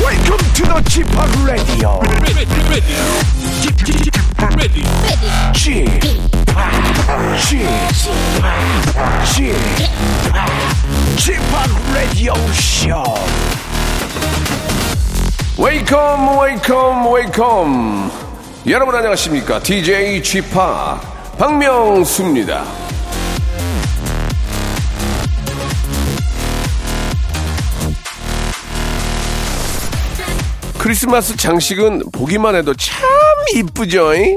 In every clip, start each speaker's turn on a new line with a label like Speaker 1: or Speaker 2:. Speaker 1: welcome to the Chip Radio.
Speaker 2: ready, ready, ready, ready.
Speaker 1: Chip, Chip, Chip, Chip Radio Show.
Speaker 3: 웨이컴 웨이컴 웨이컴 여러분 안녕하십니까 DJ g 파 박명수입니다 크리스마스 장식은 보기만 해도 참 이쁘죠잉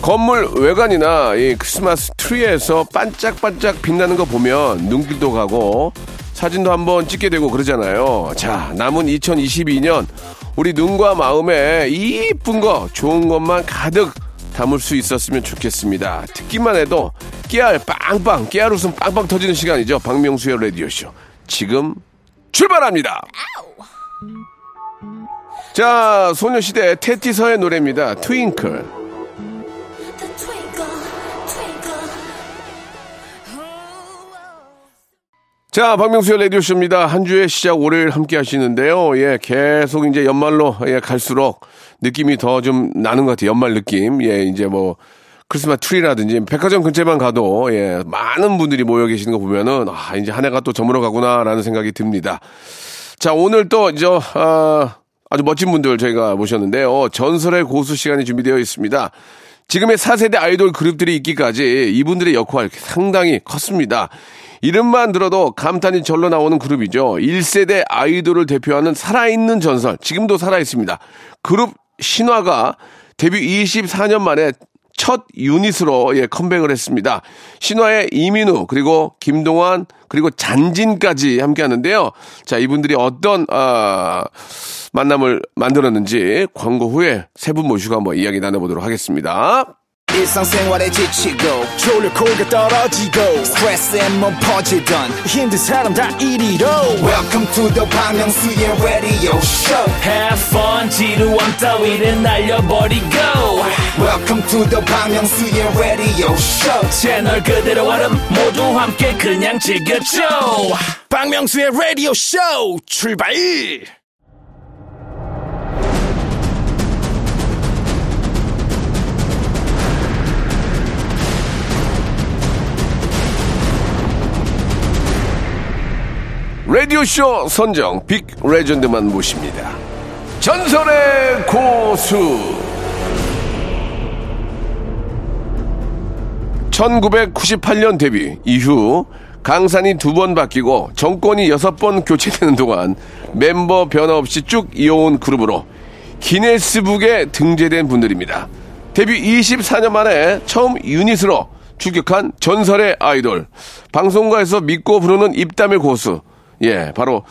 Speaker 3: 건물 외관이나 이 크리스마스 트리에서 반짝반짝 빛나는 거 보면 눈길도 가고 사진도 한번 찍게 되고 그러잖아요. 자, 남은 2022년 우리 눈과 마음에 이쁜 거, 좋은 것만 가득 담을 수 있었으면 좋겠습니다. 듣기만 해도 깨알 빵빵, 깨알 웃음 빵빵 터지는 시간이죠. 박명수의 라디오쇼. 지금 출발합니다! 자, 소녀시대 테티서의 노래입니다. 트윙클.
Speaker 4: The twinkle, twinkle. Oh,
Speaker 3: 자, 박명수의 라디오쇼입니다. 한 주의 시작 월요일 함께 하시는데요. 예, 계속 이제 연말로, 예, 갈수록 느낌이 더 좀 나는 것 같아요. 연말 느낌. 예, 이제 뭐, 크리스마스 트리라든지 백화점 근처만 가도, 예, 많은 분들이 모여 계시는 거 보면은, 아, 이제 한 해가 또 저물어 가구나라는 생각이 듭니다. 자, 오늘 또, 이제, 아, 아주 멋진 분들 저희가 모셨는데요. 전설의 고수 시간이 준비되어 있습니다. 지금의 4세대 아이돌 그룹들이 있기까지 이분들의 역할 상당히 컸습니다. 이름만 들어도 감탄이 절로 나오는 그룹이죠. 1세대 아이돌을 대표하는 살아있는 전설, 지금도 살아있습니다. 그룹 신화가 데뷔 24년 만에 첫 유닛으로 예, 컴백을 했습니다. 신화의 이민우 그리고 김동완 그리고 잔진까지 함께 하는데요. 자 이분들이 어떤 아, 만남을 만들었는지 광고 후에 세 분 모시고 한번 이야기 나눠보도록 하겠습니다.
Speaker 5: 일상생활에 지치고, 졸려 코가 떨어지고, 스트레스에 몸 퍼지던, 힘든 사람 다 이리로. welcome to the Bang Myung-soo's radio show
Speaker 6: Have fun 지루함 따위를 날려버리고
Speaker 5: welcome to the Bang Myung-soo's radio show
Speaker 6: 채널 그대로 얼음 모두 함께 그냥 즐겨줘
Speaker 5: 박명수의 radio show 출발
Speaker 3: 라디오쇼 선정 빅 레전드만 모십니다. 전설의 고수 1998년 데뷔 이후 강산이 두 번 바뀌고 정권이 여섯 번 교체되는 동안 멤버 변화 없이 쭉 이어온 그룹으로 기네스북에 등재된 분들입니다. 데뷔 24년 만에 처음 유닛으로 출격한 전설의 아이돌. 방송가에서 믿고 부르는 입담의 고수. 예, 바로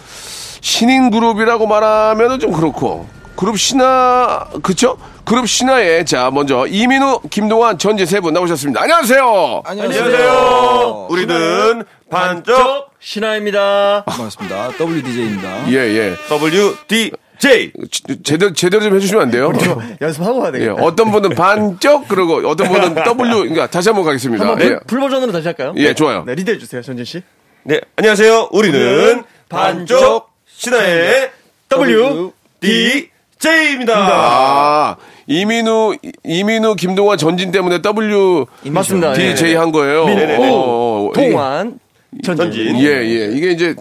Speaker 3: 신인 그룹이라고 말하면 좀 그렇고 그룹 신화 그쵸? 그룹 신화의 자 먼저 이민우, 김동완, 전재 세 분 나오셨습니다. 안녕하세요.
Speaker 7: 안녕하세요. 우리는 반쪽
Speaker 8: 신화입니다.
Speaker 7: 반갑습니다. WDJ입니다.
Speaker 3: 예 예.
Speaker 7: WDJ.
Speaker 3: 제- 제대로 제대로 좀 해주시면 안 돼요?
Speaker 8: 네. 연습하고 가야
Speaker 3: 예,
Speaker 8: 되겠다.
Speaker 3: 어떤 분은 반쪽 그러고 어떤 분은 W. 그러니까 다시 한번 가겠습니다.
Speaker 8: 한번
Speaker 3: 예,
Speaker 8: 풀- 풀 버전으로 다시 할까요?
Speaker 3: 예, 좋아요.
Speaker 8: 네, 리드해 주세요, 전진 씨.
Speaker 7: 네, 안녕하세요. 우리는 반쪽 신화의 WDJ입니다.
Speaker 3: 아 이민우 이민우 김동완 전진 때문에 W
Speaker 8: 맞습니다. 예.
Speaker 3: DJ 한 거예요. 어,
Speaker 8: 민우,
Speaker 3: 이-
Speaker 8: 동안 전진.
Speaker 7: 전진.
Speaker 3: 예, 예. 이게 이제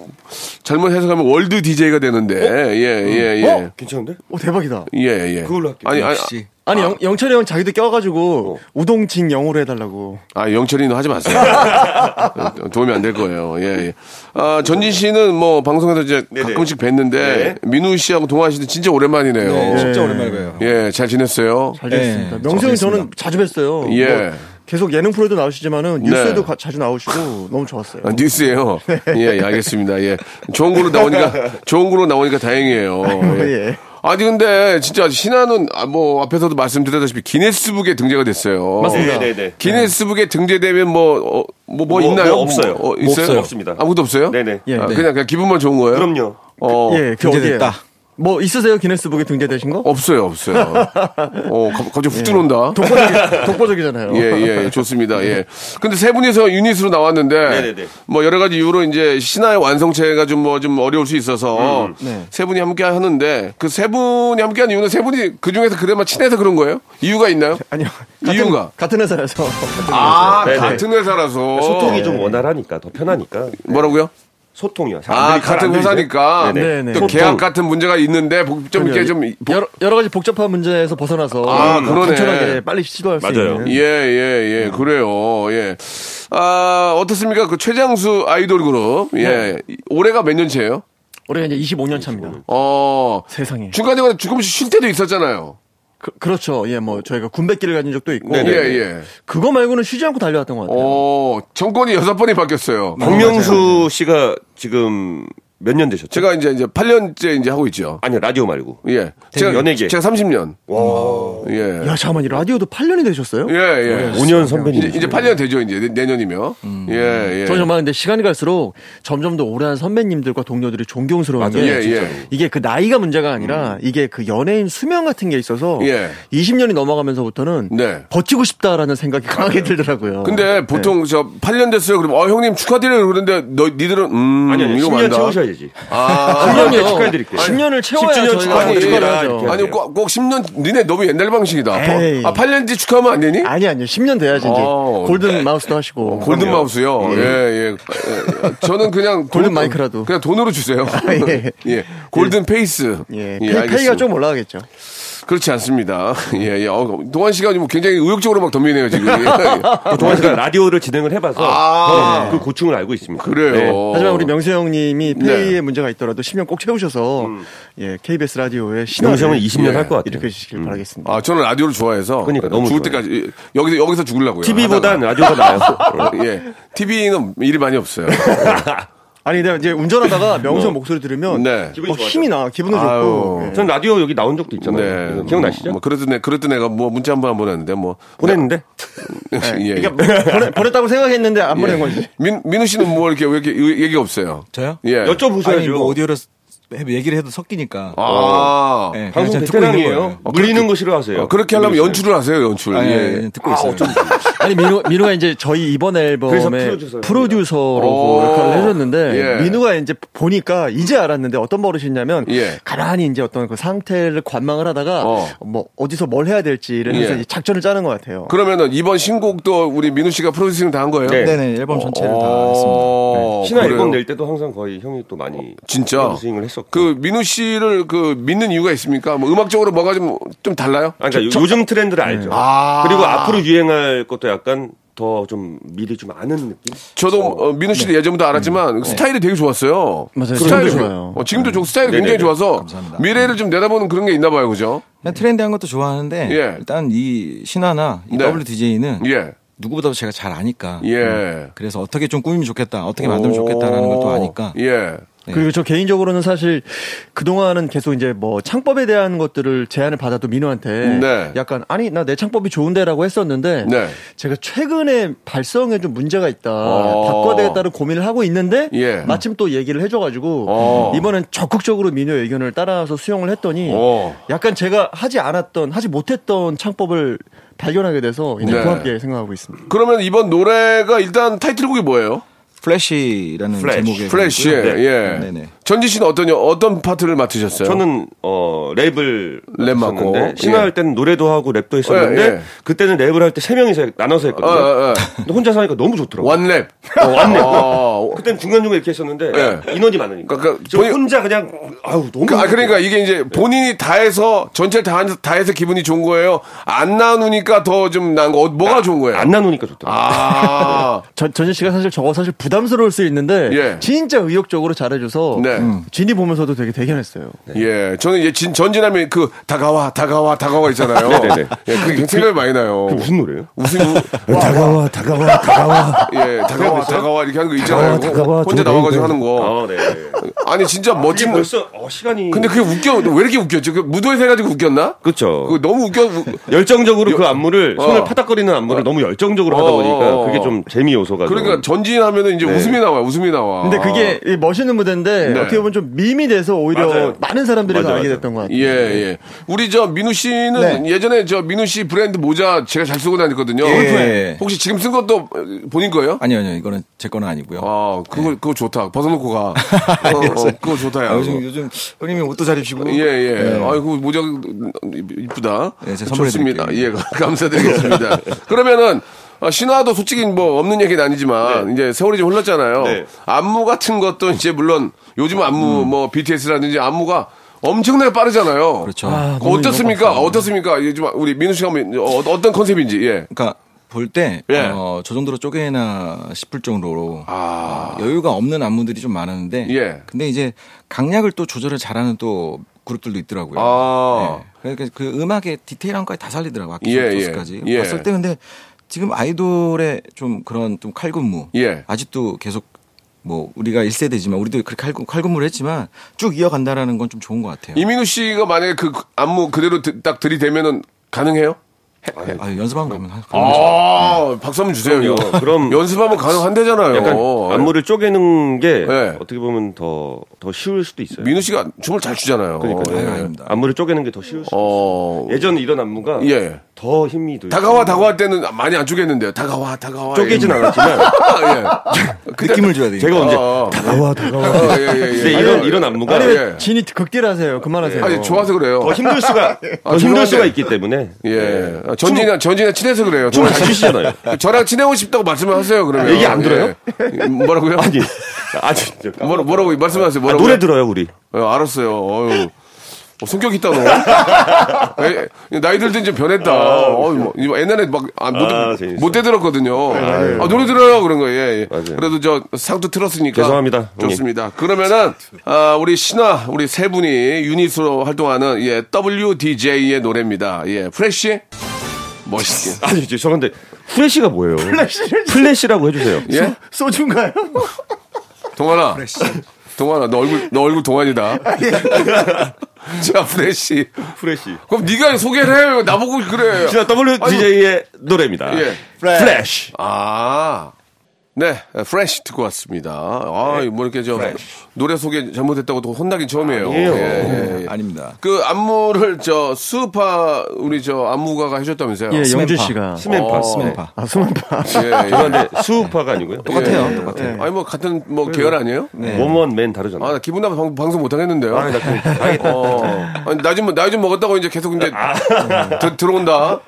Speaker 3: 잘못 해석하면 월드 DJ가 되는데. 예, 예, 예.
Speaker 8: 어?
Speaker 7: 괜찮은데?
Speaker 8: 오 대박이다.
Speaker 3: 예, 예.
Speaker 7: 어? 그걸로 할게요.
Speaker 3: 아니, 아니,
Speaker 7: 역시.
Speaker 8: 아니 영, 영철이 형 자기도 껴가지고 우동칭 영어로 해달라고.
Speaker 3: 아, 영철이는 하지 마세요. 어, 도움이 안 될 거예요. 예, 예. 아, 전진 씨는 뭐 방송에서 이제
Speaker 7: 네네.
Speaker 3: 가끔씩 뵀는데
Speaker 7: 네.
Speaker 3: 민우 씨하고 동아 씨는 진짜 오랜만이네요.
Speaker 7: 진짜 오랜만에 봐요.
Speaker 3: 예, 잘 지냈어요?
Speaker 8: 잘 됐습니다. 명수 형 저는 자주 뵀어요.
Speaker 3: 예.
Speaker 8: 뭐 계속 예능 프로에도 나오시지만은 뉴스에도
Speaker 3: 네.
Speaker 8: 가- 자주 나오시고 너무 좋았어요.
Speaker 3: 아, 뉴스예요. 예, 예, 알겠습니다. 예. 좋은 걸로 나오니까 좋은 걸로 나오니까 다행이에요.
Speaker 8: 예.
Speaker 3: 아니 근데 진짜 신화는 아, 뭐 앞에서도 말씀드렸다시피 기네스북에 등재가 됐어요. 예.
Speaker 8: 맞습니다.
Speaker 7: 네, 네, 네.
Speaker 3: 기네스북에 등재되면 뭐, 어, 뭐, 뭐, 있나요?
Speaker 7: 뭐 없어요.
Speaker 3: 어, 있어요?
Speaker 7: 없어요. 없습니다.
Speaker 3: 아무것도 없어요?
Speaker 7: 네네.
Speaker 8: 예,
Speaker 3: 아,
Speaker 8: 네.
Speaker 3: 그냥, 그냥 기분만 좋은 거예요?
Speaker 7: 그럼요.
Speaker 3: 어,
Speaker 8: 예, 그 어디에? 뭐 있으세요 기네스북에 등재되신 거?
Speaker 3: 없어요, 없어요. 어, 갑- 갑자기 훅 들어온다.
Speaker 8: 독보적이, 독보적이잖아요.
Speaker 3: 예, 예, 예, 좋습니다. 예. 근데 세 분이서 유닛으로 나왔는데
Speaker 7: 네네네.
Speaker 3: 뭐 여러 가지 이유로 이제 신화의 완성체가 좀 뭐 좀 어려울 수
Speaker 7: 음,
Speaker 3: 있어서 세 분이 함께 하는데 그 세 분이 함께 한 이유는 세 분이 그 중에서 그나마 친해서 그런 거예요? 이유가 있나요?
Speaker 8: 아니요.
Speaker 3: 이유가?
Speaker 8: 같은 회사라서.
Speaker 3: 아,
Speaker 7: 네네.
Speaker 3: 같은 회사라서 네.
Speaker 7: 소통이 좀 원활하니까 더 편하니까
Speaker 3: 뭐라고요?
Speaker 7: 소통이요. 네,
Speaker 3: 네.
Speaker 7: 잘안
Speaker 3: 아,
Speaker 7: 들리- 잘안
Speaker 3: 같은
Speaker 7: 들리세요?
Speaker 3: 회사니까
Speaker 7: 네네.
Speaker 8: 네네.
Speaker 3: 또
Speaker 8: 소통.
Speaker 3: 계약 같은 문제가 있는데 복- 좀 이렇게 좀 복-
Speaker 8: 여러, 여러 가지 복잡한 문제에서 벗어나서
Speaker 3: 아, 그러네.
Speaker 8: 간편하게 빨리 시도할 수
Speaker 7: 맞아요.
Speaker 8: 있는.
Speaker 3: 예, 예, 예, 그래요. 예. 아, 어떻습니까? 그 최장수 아이돌 그룹. 예. 올해가 몇 년째예요?
Speaker 8: 올해가 이제 25년 차입니다.
Speaker 3: 어.
Speaker 8: 세상에.
Speaker 3: 중간중간에 조금씩 쉴 때도 있었잖아요.
Speaker 8: 그, 그렇죠. 예, 뭐 저희가 군백기를 가진 적도 있고.
Speaker 3: 예, 예.
Speaker 8: 그거 말고는 쉬지 않고 달려왔던 것 같아요.
Speaker 3: 어, 정권이 여섯 번이 바뀌었어요.
Speaker 7: 네. 박명수 씨가 지금 몇 년 되셨죠?
Speaker 3: 제가 이제 이제 8년째 이제 하고 있죠.
Speaker 7: 아니요 라디오 말고
Speaker 3: 예. 제가
Speaker 7: 연예계.
Speaker 3: 제가 30년. 예.
Speaker 8: 야, 잠깐만, 이 라디오도 8년이 되셨어요?
Speaker 3: 예, 예.
Speaker 7: 5년 음.
Speaker 3: 이제,
Speaker 7: 선배님.
Speaker 3: 이제 8년 되죠, 이제. 내- 내년이면. 예, 예.
Speaker 8: 저는 정말 근데 시간이 갈수록 점점 더 오랜 선배님들과 동료들이 존경스러운 게
Speaker 3: 예, 진짜로. 예. 음.
Speaker 8: 이게 그 나이가 문제가 아니라 이게 그 연예인 수명 같은 게 있어서
Speaker 3: 예.
Speaker 8: 20년이 넘어가면서부터는
Speaker 3: 네.
Speaker 8: 버티고 싶다라는 생각이 강하게 들더라고요. 네.
Speaker 3: 근데
Speaker 7: 네.
Speaker 3: 보통 저 8년 됐어요. 그럼 어 형님 축하드려요. 그러는데 너 니들은 음
Speaker 7: 아니요
Speaker 3: 이거
Speaker 7: 10년
Speaker 3: 만다.
Speaker 7: 채우셔야지.
Speaker 3: 아. 예.
Speaker 7: 10년 축하해드릴게요.
Speaker 8: 10년을 채워야
Speaker 7: 10주년
Speaker 8: 저희가
Speaker 7: 축하드립니다.
Speaker 8: 축하를 하죠.
Speaker 7: 이렇게.
Speaker 3: 아니 꼭, 꼭 10년 니네 너무 옛날 방식이다.
Speaker 8: 에이.
Speaker 3: 아 8년째 축하하면 안 되니?
Speaker 8: 아니 아니요. 10년 돼야지 이제
Speaker 3: 어,
Speaker 8: 골든 마우스도 하시고.
Speaker 3: 골든 마우스요. 예, 예. 예. 저는 그냥
Speaker 8: 골든 마이크라도.
Speaker 3: 그냥 돈으로 주세요. 예.
Speaker 8: 예.
Speaker 3: 골든 페이스.
Speaker 8: 예. 페이가
Speaker 3: 알겠습니다.
Speaker 8: 좀 올라가겠죠.
Speaker 3: 그렇지 않습니다. 예, 예. 어, 동환 씨가 뭐 굉장히 의욕적으로 막 덤비네요, 지금. 예.
Speaker 7: 또그 동환 씨가 라디오를 진행을 해봐서
Speaker 3: 아.
Speaker 7: 네, 그 고충을 알고 있습니다.
Speaker 3: 그래요.
Speaker 7: 네.
Speaker 8: 하지만 우리 명세 형님이 페이에
Speaker 3: 어. 네. 음.
Speaker 8: 문제가 있더라도 10년 꼭 채우셔서 예, KBS 라디오의 신화를
Speaker 7: 명수 형은 20년
Speaker 3: 예.
Speaker 7: 할 것 같아요. 음.
Speaker 8: 일으켜 주시길 바라겠습니다.
Speaker 3: 아, 저는 라디오를 좋아하해서
Speaker 7: 그러니까 너무
Speaker 3: 죽을
Speaker 7: 좋아요.
Speaker 3: 때까지 여기서 여기서 죽으려고요.
Speaker 7: TV보단
Speaker 3: 하다가.
Speaker 7: 라디오가 나아요.
Speaker 3: 예. TV는 일이 많이 없어요. 네.
Speaker 8: 아니, 내가 이제 운전하다가 명성 목소리 들으면
Speaker 3: 어. 네.
Speaker 7: 기분이
Speaker 8: 막
Speaker 7: 좋아져.
Speaker 8: 힘이 나, 기분도
Speaker 3: 아유.
Speaker 8: 좋고. 예.
Speaker 7: 전 네. 라디오 여기 나온 적도 있잖아요.
Speaker 3: 네.
Speaker 7: 기억나시죠?
Speaker 3: 뭐 그랬던 애, 그랬던 애가 뭐 문자 한 번 안 보냈는데 뭐
Speaker 7: 보냈는데 네.
Speaker 3: 예. 예.
Speaker 8: 네. 보내, 보냈다고 생각했는데 안 보낸 거지.
Speaker 3: 민, 민우 씨는 뭐 이렇게 왜 이렇게 의- 얘기 없어요?
Speaker 9: 저요?
Speaker 3: 예.
Speaker 7: 여쭤보셔야죠.
Speaker 9: 아니 뭐 오디오를 해- 얘기를 해도 섞이니까.
Speaker 3: 아.
Speaker 9: 예, 그냥
Speaker 7: 방송
Speaker 9: 그냥 듣고 있는
Speaker 7: 베테랑이에요.
Speaker 9: 거예요.
Speaker 7: 물리는 거 싫어하세요.
Speaker 3: 어, 그렇게 하려면 연출을 하세요, 연출.
Speaker 9: 아, 예,
Speaker 3: 예.
Speaker 9: 예, 듣고 있어요.
Speaker 8: 아니, 민우, 민우가 이제 저희 이번
Speaker 7: 그래서
Speaker 8: 앨범에
Speaker 7: 프로듀서입니다.
Speaker 8: 프로듀서로
Speaker 3: 오.
Speaker 8: 역할을 해줬는데,
Speaker 3: 예.
Speaker 8: 민우가 이제 보니까 이제 알았는데 어떤 버릇이냐면,
Speaker 3: 예.
Speaker 8: 가만히 이제 어떤 그 상태를 관망을 하다가,
Speaker 3: 어.
Speaker 8: 뭐, 어디서 뭘 해야 될지를 해서
Speaker 3: 예.
Speaker 8: 이제 작전을 짜는 것 같아요.
Speaker 3: 그러면은 이번 신곡도 우리 민우 씨가 프로듀싱 다 한 거예요?
Speaker 7: 네.
Speaker 9: 네네 앨범 전체를 다
Speaker 3: 어,
Speaker 9: 했습니다.
Speaker 7: 신화
Speaker 3: 그래요?
Speaker 7: 앨범 낼 때도 항상 거의 형이 또 많이
Speaker 3: 진짜.
Speaker 7: 프로듀싱을 했었고.
Speaker 3: 그 민우 씨를 그 믿는 이유가 있습니까? 뭐 음악적으로 뭐가 좀 좀 달라요?
Speaker 7: 아, 그러니까 요- 요즘 트렌드를
Speaker 3: 네.
Speaker 7: 알죠.
Speaker 3: 아.
Speaker 7: 그리고 앞으로 유행할 것도 약간 더 좀 미리 좀 아는 느낌.
Speaker 3: 저도 어, 민우 씨도
Speaker 7: 네. 음.
Speaker 3: 예전부터 알았지만 스타일이 되게 좋았어요.
Speaker 8: 맞아요.
Speaker 3: 스타일이
Speaker 8: 지금도 좋아요.
Speaker 3: 어, 지금도 좀 스타일이
Speaker 7: 네네네.
Speaker 3: 굉장히 좋아서
Speaker 9: 감사합니다.
Speaker 3: 미래를 좀 내다보는 그런 게 있나 봐요, 그죠?
Speaker 9: 그냥 트렌디한 것도 좋아하는데
Speaker 3: 예.
Speaker 9: 일단 이 신화나 이
Speaker 3: 네.
Speaker 9: WDJ는
Speaker 3: 예,
Speaker 9: 누구보다도 제가 잘 아니까. 음.
Speaker 3: 예.
Speaker 9: 그래서 어떻게 좀 꾸미면 좋겠다, 어떻게 만들면 좋겠다라는 걸 또 아니까.
Speaker 3: 예.
Speaker 9: 네.
Speaker 8: 그리고 저 개인적으로는 사실 그동안은 계속 이제 뭐 창법에 대한 것들을 제안을 받아도 민우한테
Speaker 3: 네.
Speaker 8: 약간 아니 나 내 창법이 좋은데라고 했었는데
Speaker 3: 네.
Speaker 8: 제가 최근에 발성에 좀 문제가 있다
Speaker 3: 어.
Speaker 8: 바꿔야 되겠다는 고민을 하고 있는데
Speaker 3: 예.
Speaker 8: 마침 또 얘기를 해줘가지고
Speaker 3: 어.
Speaker 8: 이번엔 적극적으로 민우의 의견을 따라서 수용을 했더니
Speaker 3: 어.
Speaker 8: 약간 제가 하지 않았던 하지 못했던 창법을 발견하게 돼서 굉장히
Speaker 3: 네.
Speaker 8: 고맙게 생각하고 있습니다.
Speaker 3: 그러면 이번 노래가 일단 타이틀곡이 뭐예요?
Speaker 9: 플래시라는
Speaker 7: 플래시,
Speaker 9: 제목의
Speaker 3: 플래시.
Speaker 9: 곡이고요.
Speaker 7: 네.
Speaker 3: 예.
Speaker 9: 네네.
Speaker 3: 전지 씨는 어떤 어떤 파트를 맡으셨어요?
Speaker 7: 저는 어 랩을
Speaker 3: 랩 맡고.
Speaker 7: 했었는데 신화
Speaker 3: 예.
Speaker 7: 할 때는 노래도 하고 랩도 했었는데
Speaker 3: 예, 예.
Speaker 7: 그때는 랩을 할 때 세 명이서 나눠서
Speaker 3: 어,
Speaker 7: 했거든요.
Speaker 3: 어, 어.
Speaker 7: 근데 혼자서 하니까 너무 좋더라고요.
Speaker 3: 원랩.
Speaker 7: 완네.
Speaker 3: 어.
Speaker 7: 그때는 중간중간 이렇게 했었는데
Speaker 3: 예.
Speaker 7: 인원이 많으니까
Speaker 3: 그러니까
Speaker 7: 저
Speaker 3: 본인-
Speaker 7: 혼자 그냥 아우 너무
Speaker 3: 그, 아 그러니까 이게 이제 본인이 다 해서 전체 다, 한- 다 해서 기분이 좋은 거예요. 안 나누니까 더 좀 난 거. 어, 뭐가 좋은 거예요?
Speaker 7: 아, 안 나누니까 좋더라고요.
Speaker 3: 아.
Speaker 8: 전, 전진 씨가 사실 저거 사실 부담스러울 수 있는데
Speaker 3: 예.
Speaker 8: 진짜 의욕적으로 잘해줘서
Speaker 3: 네.
Speaker 7: 음.
Speaker 8: 진이 보면서도 되게 대견했어요.
Speaker 7: 네.
Speaker 3: 예. 저는 이제 진, 전진하면 그 다가와 다가와 다가와 있잖아요.
Speaker 7: 네네네.
Speaker 3: 예, 그게 생각이 많이 나요.
Speaker 7: 무슨 노래예요?
Speaker 3: 무슨
Speaker 9: 다가와, 다가와, 다가와.
Speaker 3: 예, 다가와 다가와 이렇게 하는 거 있잖아요.
Speaker 9: 다가와,
Speaker 3: 혼자
Speaker 9: 저거
Speaker 3: 나와 가지고
Speaker 9: 이거.
Speaker 3: 하는 거.
Speaker 7: 아, 네.
Speaker 3: 아니 진짜
Speaker 7: 지금
Speaker 3: 멋진
Speaker 7: 벌써 어, 시간이
Speaker 3: 근데 그게 웃겨. 왜 이렇게 웃겼지? 그 무도에서 해 가지고 웃겼나?
Speaker 7: 그렇죠.
Speaker 3: 그거 너무 웃겨. 우-
Speaker 7: 열정적으로 그 안무를
Speaker 3: 어.
Speaker 7: 손을 파닥거리는 안무를 너무 열정적으로 하다
Speaker 3: 어,
Speaker 7: 보니까
Speaker 3: 어, 어.
Speaker 7: 그게 좀 재미 요소가 좀
Speaker 3: 그러니까 전진하면은 이제 웃음이 나와. 웃음이 나와.
Speaker 8: 근데 그게 이 멋있는 무대인데
Speaker 3: 네.
Speaker 8: 어떻게 보면 좀 밈이 돼서 오히려
Speaker 7: 맞아요.
Speaker 8: 많은 사람들이
Speaker 7: 맞아요,
Speaker 8: 알게
Speaker 7: 맞아요.
Speaker 8: 됐던 것 같아요.
Speaker 3: 예, 예. 우리 저 민우 씨는
Speaker 8: 네.
Speaker 3: 예전에 저 민우 씨 브랜드 모자 제가 잘 쓰고 다녔거든요.
Speaker 9: 예.
Speaker 3: 혹시 지금 쓴 것도 본인 거예요?
Speaker 9: 아니요, 아니요. 이거는 제 거는 아니고요.
Speaker 3: 아, 그거, 그거 좋다. 벗어놓고 가. 어, 어, 그거 좋다, 야.
Speaker 9: 아, 요즘 요즘 형님이 옷도 잘 입시고.
Speaker 3: 예, 예. 아이고, 모자, 이쁘다.
Speaker 9: 어? 네, 제가 선물해
Speaker 3: 좋습니다.
Speaker 9: 드릴게요. 네.
Speaker 3: 예, 감사드리겠습니다. 그러면은, 아, 신화도 솔직히 뭐 없는 얘기는
Speaker 9: 네.
Speaker 3: 아니지만, 이제 세월이 좀 흘렀잖아요.
Speaker 7: 네.
Speaker 3: 안무 같은 것도 이제 물론 요즘 안무,
Speaker 9: 음.
Speaker 3: 뭐 BTS라든지 안무가 엄청나게 빠르잖아요. 뭐
Speaker 9: 그렇죠.
Speaker 8: 아, 너무
Speaker 3: 어떻습니까?
Speaker 8: 이뻤어요.
Speaker 3: 어떻습니까? 이게 좀 우리 민우 씨가 한번 어, 어떤 컨셉인지, 예.
Speaker 9: 그러니까 볼 때 어, 저
Speaker 3: 예.
Speaker 9: 정도로 쪼개나 싶을 정도로
Speaker 3: 아,
Speaker 9: 어, 여유가 없는 안무들이 좀 많았는데
Speaker 3: 예.
Speaker 9: 근데 이제 강약을 또 조절을 잘하는 또 그룹들도 있더라고요.
Speaker 3: 아.
Speaker 9: 예. 그러니까 그 음악의 디테일함까지 다 살리더라고요.
Speaker 3: 예,
Speaker 9: 아까
Speaker 3: 예.
Speaker 9: 토스까지
Speaker 3: 예.
Speaker 9: 봤을 때 근데 지금 아이돌의 좀 그런 좀 칼군무
Speaker 3: 예.
Speaker 9: 아직도 계속 뭐 우리가 1세대지만 우리도 그렇게 칼군, 칼군무를 했지만 쭉 이어간다라는 건 좀 좋은 것 같아요.
Speaker 3: 이민우 씨가 만약에 그 안무 그대로 드- 딱 들이대면은 가능해요?
Speaker 9: 아, 연습하면 가면 하- 가면 되죠.
Speaker 3: 아, 박수 한번 주세요.
Speaker 7: 그럼요.
Speaker 3: 이거.
Speaker 7: 그럼
Speaker 3: 연습하면 가능한데잖아요. 예.
Speaker 7: 약간 안무를 쪼개는 게
Speaker 3: 어, 네.
Speaker 7: 어떻게 보면 더, 더 쉬울 수도 있어요.
Speaker 3: 민우 씨가 춤을 잘 추잖아요.
Speaker 7: 그러니까요. 네,
Speaker 3: 예.
Speaker 9: 아유, 아닙니다.
Speaker 7: 안무를 쪼개는 게 더 쉬울 수도
Speaker 3: 어,
Speaker 7: 있어요. 예전 이런 안무가
Speaker 3: 예.
Speaker 7: 더 힘이 들고
Speaker 3: 다가와 다가와 때는 많이 안 쪼갰는데요. 다가와 다가와
Speaker 7: 쪼개진
Speaker 3: 이런-
Speaker 7: 않았지만
Speaker 3: 예.
Speaker 9: 느낌을 줘야 되니까.
Speaker 7: 제가 언제
Speaker 3: 어, 어.
Speaker 8: 다가와 다가와.
Speaker 3: 어, 예, 예, 예.
Speaker 7: 근데 이런 이런 안무가
Speaker 3: 아니, 예.
Speaker 8: 진이 극딜하세요. 그만하세요.
Speaker 3: 아니 좋아서 그래요.
Speaker 7: 더 힘들 수가 더
Speaker 3: 죄송한데.
Speaker 7: 힘들 수가 있기 때문에
Speaker 3: 예. 아, 전진이랑 전진이랑 친해서 그래요.
Speaker 7: 춤을
Speaker 3: 저랑-
Speaker 7: 잘 추시잖아요.
Speaker 3: 저랑 친해고 싶다고 말씀을 하세요. 그러면
Speaker 7: 얘기 안 들어요?
Speaker 3: 예. 뭐라고요?
Speaker 7: 아니 아직
Speaker 3: 뭐라, 뭐라고 말씀하세요. 뭐라고
Speaker 7: 노래 들어요 우리.
Speaker 3: 예, 알았어요. 어유. 어, 성격 있다 너. 에, 나이 들든 좀 변했다. 어이, 뭐, 이거 옛날에 막못
Speaker 7: 그렇죠. 아, 재밌어요. 네.
Speaker 3: 못 대들었거든요. 아, 노래 들어요 그런 거. 예. 예.
Speaker 7: 맞아요.
Speaker 3: 그래도 저 상도 틀었으니까.
Speaker 7: 죄송합니다, 형님.
Speaker 3: 좋습니다. 그러면은 아, 우리 신화 우리 세 분이 유닛으로 활동하는 예, WDJ의 노래입니다. 예. 프레쉬 멋있게.
Speaker 7: 아니 죄송한데 플래시가 뭐예요?
Speaker 8: 플래시를
Speaker 7: 플래시라고 해주세요.
Speaker 3: 예?
Speaker 8: 소주인가요?
Speaker 3: 동환아. 동환아, 너 얼굴, 너 얼굴 동환이다. 자, 프레쉬.
Speaker 7: 플래시.
Speaker 3: 그럼 네가 소개를 해요. 나보고 그래.
Speaker 7: 지난 WDJ의 노래입니다.
Speaker 3: 예.
Speaker 7: 플래시.
Speaker 3: 아. 네, 프레쉬 듣고 왔습니다. 아, 뭐 이렇게 저 노래 소개 잘못했다고 또 혼나긴 처음이에요.
Speaker 7: 아니에요.
Speaker 3: 예, 예.
Speaker 9: 아닙니다.
Speaker 3: 그 안무를 저 스파 우리 저 안무가가 해줬다면서요.
Speaker 8: 예,
Speaker 9: 스맨파.
Speaker 8: 영주 씨가.
Speaker 7: 스맨파.
Speaker 3: 어, 네.
Speaker 9: 스맨파.
Speaker 8: 아, 수만파.
Speaker 3: 예, 예.
Speaker 7: 어. 죄송한데 수우파가 아니고요. 예.
Speaker 9: 똑같아요. 똑같아요.
Speaker 3: 아니 뭐 같은 뭐 계열 아니에요?
Speaker 7: 원원맨
Speaker 3: 아, 네,
Speaker 7: 다르잖아요.
Speaker 3: 나 기분 나빠 방, 방송 못 하겠는데요.
Speaker 7: 아, 나 그거 당했다.
Speaker 3: 어. 아니, 나 좀, 나좀 먹었다고 이제 계속 이제 들- 들어온다.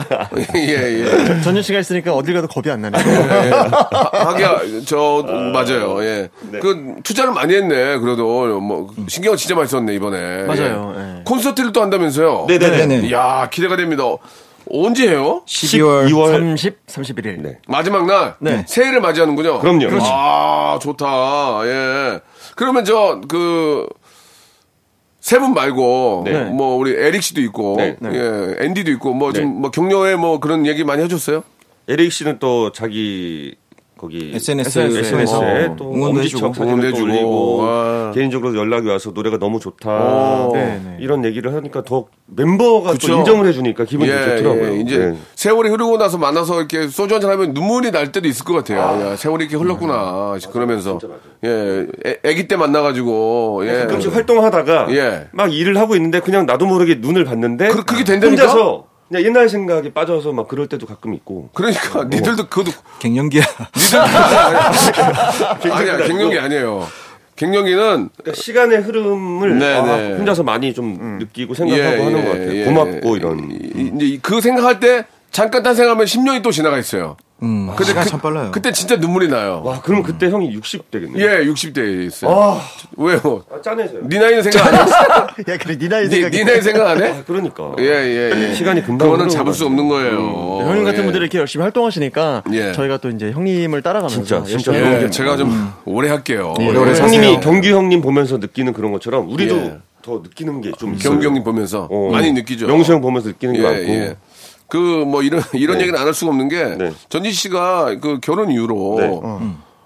Speaker 3: 예, 예.
Speaker 8: 전현 씨가 있으니까 어딜 가도 겁이 안 나네요.
Speaker 3: 하- 하기야, 저, 맞아요. 예.
Speaker 7: 네.
Speaker 3: 그, 투자를 많이 했네. 그래도, 뭐, 신경 진짜 많이 썼네, 이번에.
Speaker 8: 맞아요.
Speaker 3: 예.
Speaker 8: 예.
Speaker 3: 콘서트를 또 한다면서요?
Speaker 7: 네네네.
Speaker 9: 네네.
Speaker 3: 이야, 기대가 됩니다. 언제 해요?
Speaker 9: 12월
Speaker 7: 2월
Speaker 8: 30, 31일.
Speaker 7: 네.
Speaker 3: 마지막 날?
Speaker 8: 네.
Speaker 3: 새해를 맞이하는군요.
Speaker 7: 그럼요. 그렇죠.
Speaker 3: 아, 좋다. 예. 그러면 저, 그, 세 분 말고,
Speaker 7: 네.
Speaker 3: 뭐, 우리 에릭 씨도 있고,
Speaker 7: 네.
Speaker 3: 예, 앤디도 있고, 뭐,
Speaker 7: 네.
Speaker 3: 좀, 뭐, 격려의 뭐, 그런 얘기 많이 해줬어요?
Speaker 7: 에릭 씨는 또 자기 거기
Speaker 9: SNS 에
Speaker 7: SNS에 또
Speaker 9: 응원도 해주고
Speaker 7: 엄지척 사진을 또
Speaker 3: 응원도 해주고.
Speaker 7: 올리고
Speaker 3: 와.
Speaker 7: 개인적으로 연락이 와서 노래가 너무 좋다
Speaker 3: 오.
Speaker 8: 네, 네.
Speaker 7: 이런 얘기를 하니까 더 멤버가
Speaker 3: 그쵸.
Speaker 7: 또 인정을 해주니까 기분이 좋더라고요.
Speaker 3: 예. 이제
Speaker 7: 네.
Speaker 3: 세월이 흐르고 나서 만나서 이렇게 소주 한잔 하면 눈물이 날 때도 있을 것 같아요. 야, 세월이 이렇게 흘렀구나. 그러면서. 예. 애- 애기 때 만나가지고, 예.
Speaker 7: 가끔씩 활동하다가
Speaker 3: 예.
Speaker 7: 막 일을 하고 있는데 그냥 나도 모르게 눈을 봤는데
Speaker 3: 그- 그게 된다니까?
Speaker 7: 혼자서 그냥 옛날 생각에 빠져서 막 그럴 때도 가끔 있고
Speaker 3: 그러니까, 니들도 그것도
Speaker 9: 갱년기야.
Speaker 3: 니들 아니야 갱년기 아니에요. 갱년기는
Speaker 7: 그러니까 시간의 흐름을
Speaker 3: 네,
Speaker 7: 아,
Speaker 3: 네.
Speaker 7: 혼자서 많이 좀 느끼고 생각하고 하는 것 같아요.
Speaker 3: 예,
Speaker 7: 고맙고
Speaker 3: 예.
Speaker 7: 이런
Speaker 3: 이- 이제 그 생각할 때 잠깐 딴 생각하면 10년이 또 지나가 있어요.
Speaker 9: 음. 시간 참 빨라요.
Speaker 3: 그때 진짜 눈물이 나요.
Speaker 7: 와 그럼 그때 형이 60 되겠네요.
Speaker 3: 예, 60대에 있어요.
Speaker 7: 아,
Speaker 3: 왜요?
Speaker 7: 아, 짠해져요.
Speaker 3: 네 나이는 생각 안 해?
Speaker 8: 야, 그래, 니 나이
Speaker 3: 네,
Speaker 8: 생각이.
Speaker 3: 네 나이 생각 안 해?
Speaker 7: 아, 그러니까.
Speaker 3: 예, 예, 예.
Speaker 7: 시간이 금방
Speaker 3: 그거는
Speaker 7: 흐르는 음.
Speaker 3: 잡을 수
Speaker 7: 것
Speaker 3: 없는
Speaker 7: 같아요.
Speaker 3: 거예요.
Speaker 8: 네, 형님 같은
Speaker 3: 예.
Speaker 8: 분들이 이렇게 열심히 활동하시니까
Speaker 3: 예.
Speaker 8: 저희가 또 이제 형님을 따라가면서
Speaker 7: 진짜, 진짜.
Speaker 8: 열심히
Speaker 3: 예, 제가 좀 오래 할게요.
Speaker 8: 오래
Speaker 3: 예.
Speaker 7: 음. 형님이 경규 형님 보면서 느끼는 그런 것처럼 우리도
Speaker 3: 예. 음.
Speaker 7: 더 느끼는 게 좀 있어요.
Speaker 3: 경기 형님 보면서
Speaker 7: 어.
Speaker 3: 많이 느끼죠.
Speaker 7: 명수 형 보면서 느끼는 게
Speaker 3: 예,
Speaker 7: 많고.
Speaker 3: 예. 그 뭐 이런 이런
Speaker 7: 네.
Speaker 3: 얘기는 안 할 수가 없는 게
Speaker 7: 네.
Speaker 3: 전진 씨가 그 결혼 이후로
Speaker 7: 네.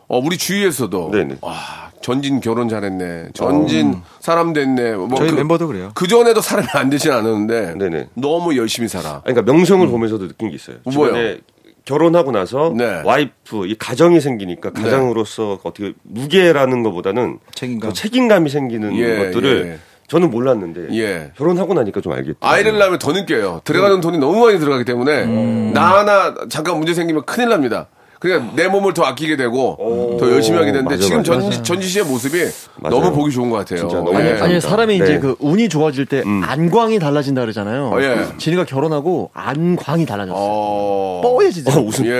Speaker 3: 어. 우리 주위에서도
Speaker 7: 네, 음. 네.
Speaker 3: 와 전진 결혼 잘했네 전진 사람 됐네 뭐
Speaker 9: 저희
Speaker 3: 그,
Speaker 9: 멤버도 그래요.
Speaker 3: 그 전에도 사람이 안 되진 않았는데
Speaker 7: 네, 네.
Speaker 3: 너무 열심히 살아
Speaker 7: 아니, 그러니까 명성을 보면서도 느낀 게 있어요.
Speaker 3: 뭐요?
Speaker 7: 주변에 결혼하고 나서
Speaker 3: 네.
Speaker 7: 와이프 이 가정이 생기니까 가장으로서 어떻게 무게라는 것보다는
Speaker 9: 책임감.
Speaker 7: 더 책임감이 생기는
Speaker 3: 예,
Speaker 7: 것들을
Speaker 3: 예.
Speaker 7: 저는 몰랐는데
Speaker 3: 예.
Speaker 7: 결혼하고 나니까 좀 알겠다.
Speaker 3: 아이를 낳으면 더 느껴요. 들어가는 돈이 너무 많이 들어가기 때문에 나 하나 잠깐 문제 생기면 큰일 납니다. 그러니까 내 몸을 더 아끼게 되고 더 열심히 하게 되는데
Speaker 7: 맞아,
Speaker 3: 지금
Speaker 7: 맞아.
Speaker 3: 전지, 전지 씨의 모습이
Speaker 7: 맞아요.
Speaker 3: 너무 보기 좋은 것 같아요.
Speaker 7: 진짜 너무
Speaker 3: 예.
Speaker 7: 감사합니다.
Speaker 8: 아니 사람이
Speaker 7: 네.
Speaker 8: 이제 그 운이 좋아질 때 안광이 달라진다 그러잖아요.
Speaker 3: 어, 예.
Speaker 8: 진이가 결혼하고 안광이 달라졌어요.
Speaker 3: 어.
Speaker 8: 뽀얘지죠.
Speaker 7: 어, 웃음.
Speaker 3: 예,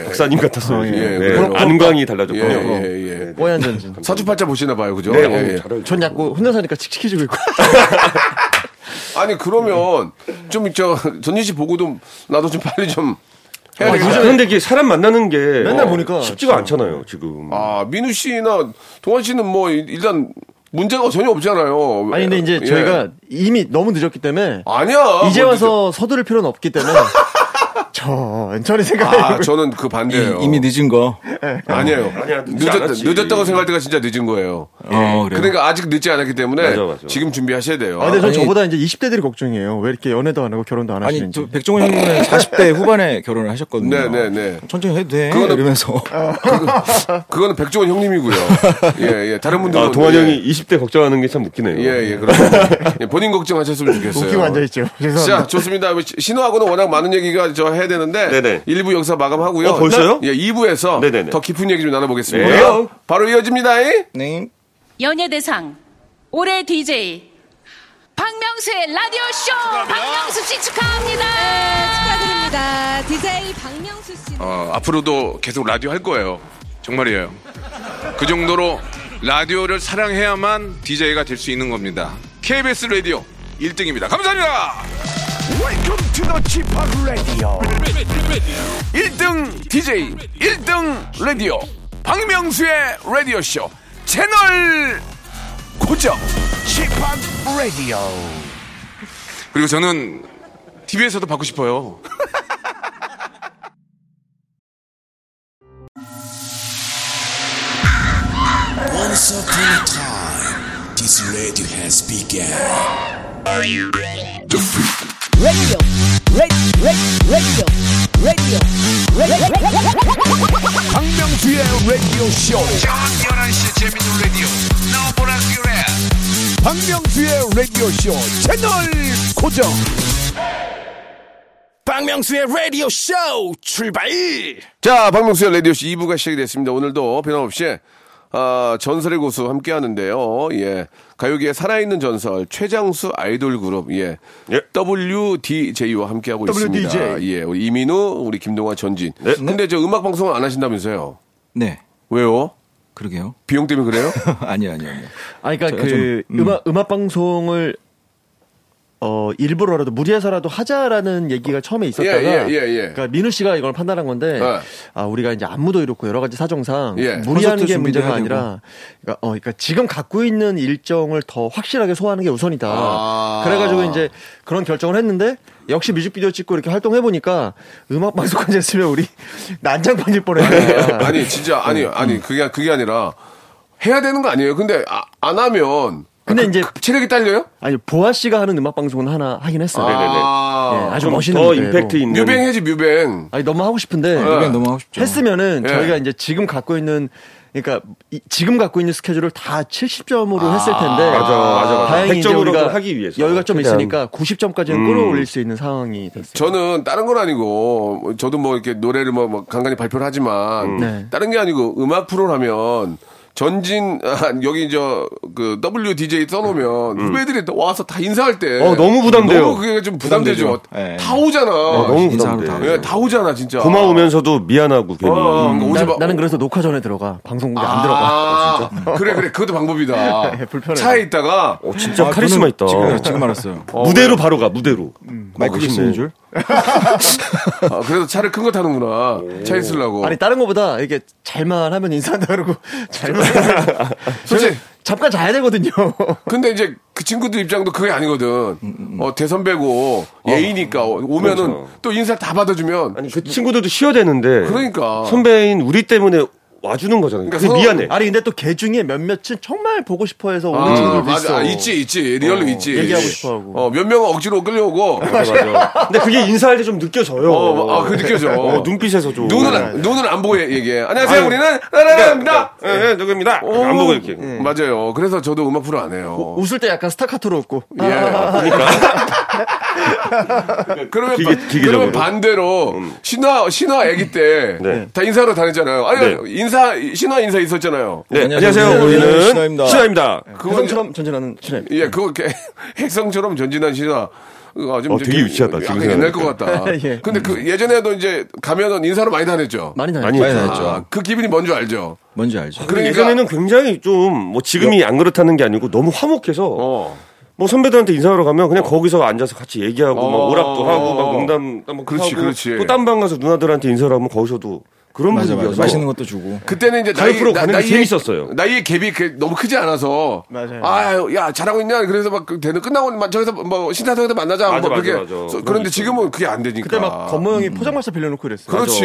Speaker 3: 예.
Speaker 7: 박사님 같았어요.
Speaker 8: 예,
Speaker 7: 네.
Speaker 3: 그래요.
Speaker 7: 그럼 안광이 달라졌군요.
Speaker 3: 예, 예, 예.
Speaker 7: 네.
Speaker 8: 뽀얀 전진.
Speaker 3: 사주팔자 보시나 봐요, 그죠?
Speaker 7: 네,
Speaker 3: 예,
Speaker 7: 어우,
Speaker 3: 예.
Speaker 7: 잘 알죠.
Speaker 8: 전 약간 혼자 사니까 칙칙해지고 있고.
Speaker 3: 아니 그러면 좀저 전진 씨 보고도 나도 좀 빨리 좀 해야
Speaker 7: 아,
Speaker 3: 되겠다.
Speaker 7: 근데 이게 사람 만나는 게
Speaker 8: 맨날 보니까
Speaker 7: 쉽지가 않잖아요, 지금.
Speaker 3: 아 민우 씨나 동환 씨는 뭐 이- 일단 문제가 전혀 없잖아요.
Speaker 8: 아니 근데 이제
Speaker 3: 예.
Speaker 8: 저희가 이미 너무 늦었기 때문에
Speaker 3: 아니야
Speaker 8: 이제
Speaker 3: 뭐
Speaker 8: 와서 서두를 필요는 없기 때문에 천천히
Speaker 3: 늦-
Speaker 8: 생각해.
Speaker 3: 아 저는 그 반대예요.
Speaker 9: 이, 미 늦은 거.
Speaker 3: 아니에요.
Speaker 7: 아니야, 늦지
Speaker 3: 늦었,
Speaker 7: 않았지.
Speaker 3: 늦었다고 생각할 때가 진짜 늦은 거예요.
Speaker 9: 어, 그래요.
Speaker 3: 그러니까 아직 늦지 않았기 때문에
Speaker 7: 맞아, 맞아.
Speaker 3: 지금 준비하셔야 돼요.
Speaker 8: 네.
Speaker 3: 네,
Speaker 8: 아, 근데 전
Speaker 9: 아니-
Speaker 8: 저보다 이제 20대들이 걱정이에요. 왜 이렇게 연애도 안 하고 결혼도 안
Speaker 9: 아니,
Speaker 8: 하시는지.
Speaker 9: 저 백종원 형님은 40대 후반에 결혼을 하셨거든요.
Speaker 3: 네, 네, 네.
Speaker 9: 천천히 해도 돼.
Speaker 3: 그거는- 아.
Speaker 9: 이러면서.
Speaker 3: 그거는 백종원 형님이고요. 예, 예. 다른 분들은
Speaker 7: 아, 동환이
Speaker 3: 예.
Speaker 7: 형이 20대 걱정하는 게 참 웃기네요.
Speaker 3: 예, 예, 그렇습니다. 예, 본인 걱정하셨으면 좋겠어요.
Speaker 8: 웃기고 앉아있죠. 죄송합니다.
Speaker 3: 자, 좋습니다. 시- 신호하고는 워낙 많은 얘기가 저 해야 되는데
Speaker 7: 네네.
Speaker 3: 1부 여기서 마감하고요.
Speaker 7: 어, 벌써요?
Speaker 3: 예, 2부에서
Speaker 7: 네네네.
Speaker 3: 더 깊은 얘기 좀 나눠보겠습니다.
Speaker 7: 네.
Speaker 3: 바로 이어집니다. 이.
Speaker 9: 네.
Speaker 10: 연예대상 올해 DJ 박명수의 라디오 쇼 박명수 씨 축하합니다.
Speaker 4: 축하드립니다. DJ 박명수 씨.
Speaker 1: 어, 앞으로도 계속 라디오 할 거예요. 정말이에요. 그 정도로 라디오를 사랑해야만 DJ가 될 수 있는 겁니다. KBS 라디오 1등입니다. 감사합니다.
Speaker 5: Welcome to the Chipak Radio.
Speaker 2: ready, ready.
Speaker 1: 1등 DJ, 1등 라디오. 박명수의 라디오쇼 채널 고정.
Speaker 5: Chipak Radio.
Speaker 1: 그리고 저는 TV에서도 받고 싶어요.
Speaker 5: 박명수의 Radio Show.
Speaker 1: 저녁 11시 재밌는 라디오. 너보라 그래.
Speaker 5: 박명수의 Radio Show 채널 고정. 박명수의 Radio Show 출발.
Speaker 3: 자, 박명수의 라디오쇼 2부가 시작이 됐습니다. 오늘도 변함없이 아, 전설의 고수 함께 하는데요. 예. 가요계의 살아있는 전설, 최장수 아이돌 그룹, 예.
Speaker 7: 예.
Speaker 3: WDJ와 함께하고 있습니다.
Speaker 8: WDJ.
Speaker 3: 예. 우리 이민우, 우리 김동완, 전진. 근데 저 음악방송을 안 하신다면서요?
Speaker 9: 네.
Speaker 3: 왜요?
Speaker 9: 그러게요.
Speaker 3: 비용 때문에 그래요?
Speaker 9: 아니요, 아니요, 아니요.
Speaker 8: 아니, 그러니까
Speaker 9: 제가
Speaker 8: 그
Speaker 9: 좀, 음.
Speaker 8: 음. 악 음악 방송을 어 일부러라도 무리해서라도 하자라는 얘기가 처음에 있었다가
Speaker 3: 예, 예, 예.
Speaker 8: 그러니까 민우 씨가 이걸 판단한 건데
Speaker 3: 예.
Speaker 8: 아 우리가 이제 안무도 이렇고 여러 가지 사정상
Speaker 3: 예.
Speaker 8: 무리하는
Speaker 9: 콘서트
Speaker 8: 게
Speaker 9: 준비도
Speaker 8: 문제가
Speaker 9: 해야 되고.
Speaker 8: 아니라 그러니까, 어, 그러니까 지금 갖고 있는 일정을 더 확실하게 소화하는 게 우선이다.
Speaker 3: 아.
Speaker 8: 그래가지고 이제 그런 결정을 했는데 역시 뮤직비디오 찍고 이렇게 활동해 보니까 음악 방송까지 했으면 우리 난장판일 뻔했다.
Speaker 3: 아니 진짜 아니 아니 그게 그게 아니라 해야 되는 거 아니에요. 근데 아, 안 하면
Speaker 8: 근데
Speaker 3: 그-
Speaker 8: 이제-
Speaker 3: 그 체력이 딸려요?
Speaker 8: 아니 보아 씨가 하는 음악 방송은 하나 하긴 했어요.
Speaker 7: 네네네.
Speaker 3: 아,
Speaker 8: 예, 아주
Speaker 7: 좀
Speaker 8: 멋있는
Speaker 7: 더
Speaker 8: 무대로.
Speaker 7: 임팩트 있는.
Speaker 3: 뮤뱅해지 뮤뱅.
Speaker 8: 아니 너무 하고 싶은데
Speaker 9: 그냥 너무 하고 싶죠.
Speaker 8: 했으면은
Speaker 3: 예.
Speaker 8: 저희가 이제 지금 갖고 있는 그러니까 이- 지금 갖고 있는 스케줄을 다 70점으로 했을 텐데
Speaker 7: 맞아, 맞아, 맞아.
Speaker 8: 다행히 이제
Speaker 7: 100점으로
Speaker 8: 우리가
Speaker 7: 하기 위해서.
Speaker 8: 여유가 좀
Speaker 7: 최대한.
Speaker 8: 있으니까 90점까지는 끌어올릴 수 있는 상황이 됐어요.
Speaker 3: 저는 다른 건 아니고 저도 뭐 이렇게 노래를 뭐, 뭐 간간히 발표를 하지만
Speaker 8: 네.
Speaker 3: 다른 게 아니고 음악 프로라면 전진 아, 여기 저 그 WDJ 써놓으면 후배들이 와서 다 인사할 때
Speaker 7: 어, 너무 부담돼요.
Speaker 3: 너무 그게 좀 부담되죠.
Speaker 9: 부담되죠. 예.
Speaker 3: 다 오잖아.
Speaker 7: 어, 너무
Speaker 9: 인사하러
Speaker 7: 부담돼.
Speaker 9: 다
Speaker 3: 예, 다 오잖아 진짜.
Speaker 7: 고마우면서도 미안하고 괜히.
Speaker 3: 어, 그러니까 오지
Speaker 8: 음. 나,
Speaker 3: 마-
Speaker 8: 나는 그래서 녹화 전에 들어가 방송국에 안 들어가.
Speaker 3: 아, 그래 그래 그것도 방법이다.
Speaker 8: 예, 불편해요.
Speaker 3: 차에 있다가
Speaker 7: 어, 진짜 카리스마
Speaker 9: 아, 저는
Speaker 7: 있다.
Speaker 9: 지금, 지금 알았어요. 음.
Speaker 7: 무대로 바로 가, 무대로.
Speaker 9: 마이크
Speaker 7: 멋있네.
Speaker 9: 쓰는 줄?
Speaker 3: 아, 그래서 차를 큰 거 타는구나. 차에 있으려고.
Speaker 8: 아니 다른 거보다 이게 잘만 하면 인사한다 그러고 잘만 하면
Speaker 3: 솔직히-
Speaker 8: 저는 잠깐 자야 되거든요.
Speaker 3: 근데 이제 그 친구들 입장도 그게
Speaker 7: 음,
Speaker 3: 아니거든. 어, 대선배고 예의니까 어, 오면은
Speaker 7: 그렇죠.
Speaker 3: 또 인사 다 받아주면
Speaker 7: 아니, 그 친구들도 쉬어야 되는데.
Speaker 3: 그러니까.
Speaker 7: 선배인 우리 때문에 와주는 거잖아요.
Speaker 8: 그러니까
Speaker 7: 그게
Speaker 8: 서로-
Speaker 7: 미안해.
Speaker 8: 아니 근데 또 개 중에 몇몇은 정말 보고 싶어해서 오는
Speaker 3: 아,
Speaker 8: 친구도
Speaker 3: 맞아.
Speaker 8: 있어.
Speaker 3: 아, 있지, 있지. 리얼로
Speaker 8: 어,
Speaker 3: 있지.
Speaker 8: 얘기하고
Speaker 3: 있지.
Speaker 8: 싶어하고.
Speaker 3: 어, 몇 명은 억지로 끌려오고.
Speaker 7: 맞아, 맞아. 근데 그게 인사할 때 좀 느껴져요.
Speaker 3: 어, 아, 그 느껴져.
Speaker 7: 어, 눈빛에서 좀.
Speaker 3: 눈은, 안- 눈은 안 보고 얘기해. 안녕하세요,
Speaker 7: 네. 아유.
Speaker 3: 우리는. 라라라입니다.
Speaker 7: 예, 예, 누구입니다.
Speaker 3: 오. 네.
Speaker 7: 안 보고 이렇게.
Speaker 3: 맞아요. 그래서 저도 음악 프로 안 해요.
Speaker 8: 웃을 때 약간 스타카토로 웃고.
Speaker 3: 예.
Speaker 7: 그러니까.
Speaker 3: 그러면,
Speaker 7: 기계-
Speaker 3: 바-
Speaker 7: 기계적으로. 음.
Speaker 3: 그러면 반대로, 신화, 신화 아기 때,
Speaker 7: 네.
Speaker 3: 다 인사하러 다녔잖아요. 아니,
Speaker 7: 네.
Speaker 3: 인사, 신화 인사 있었잖아요.
Speaker 7: 네,
Speaker 9: 안녕하세요.
Speaker 7: 안녕하세요. 우리는
Speaker 9: 우리는
Speaker 7: 신화입니다.
Speaker 9: 신화입니다.
Speaker 3: 그건
Speaker 8: 그건처럼 전진하는 친해.
Speaker 3: 예, 그거 이렇게 핵성처럼 전진한 신화. 어, 좀 좀-
Speaker 7: 어, 되게
Speaker 3: 좀
Speaker 7: 유치하다,
Speaker 3: 약간
Speaker 7: 지금 음.
Speaker 3: 옛날 것 같다.
Speaker 8: 예.
Speaker 3: 근데 그 예전에도 이제 가면은 인사로 많이 다녔죠.
Speaker 8: 많이 다녔죠.
Speaker 7: 많이
Speaker 9: 많이
Speaker 7: 했죠.
Speaker 9: 다녔죠.
Speaker 3: 아, 그 기분이 뭔 줄 알죠. 그러니까
Speaker 9: 뭔지 알죠.
Speaker 7: 근데 예전에는 굉장히 좀 뭐 지금이 안 그렇다는 게 아니고 너무 화목해서
Speaker 3: 어.
Speaker 7: 뭐 선배들한테 인사하러 가면 그냥 거기서 앉아서 같이 얘기하고 막
Speaker 3: 어. 뭐
Speaker 7: 오락도 하고 막 농담 막
Speaker 3: 그렇지,
Speaker 7: 하고
Speaker 3: 그렇지.
Speaker 7: 또 딴 방 가서 누나들한테 인사를 하면 거기서도 그런
Speaker 9: 맞아, 맞아.
Speaker 7: 분위기여서
Speaker 9: 맛있는 것도 주고.
Speaker 3: 그때는 이제
Speaker 7: 가을
Speaker 3: 나이,
Speaker 7: 프로 가는 게
Speaker 3: 나이의-
Speaker 7: 재밌었어요.
Speaker 3: 나이의 갭이 그- 너무 크지 않아서.
Speaker 8: 맞아요.
Speaker 3: 아유, 야, 잘하고 있냐? 그래서 막 그- 되는 끝나고 막 저기서 뭐 신사동에서 만나자.
Speaker 7: 맞아,
Speaker 3: 뭐
Speaker 7: 맞아,
Speaker 3: 그렇게.
Speaker 7: 맞아.
Speaker 3: 서-
Speaker 7: 그런 게
Speaker 3: 그런데
Speaker 7: 있어요.
Speaker 3: 지금은 그게 안 되니까.
Speaker 8: 그때 막 건모 형이 포장마차 빌려놓고 그랬어.
Speaker 3: 아, 그렇지.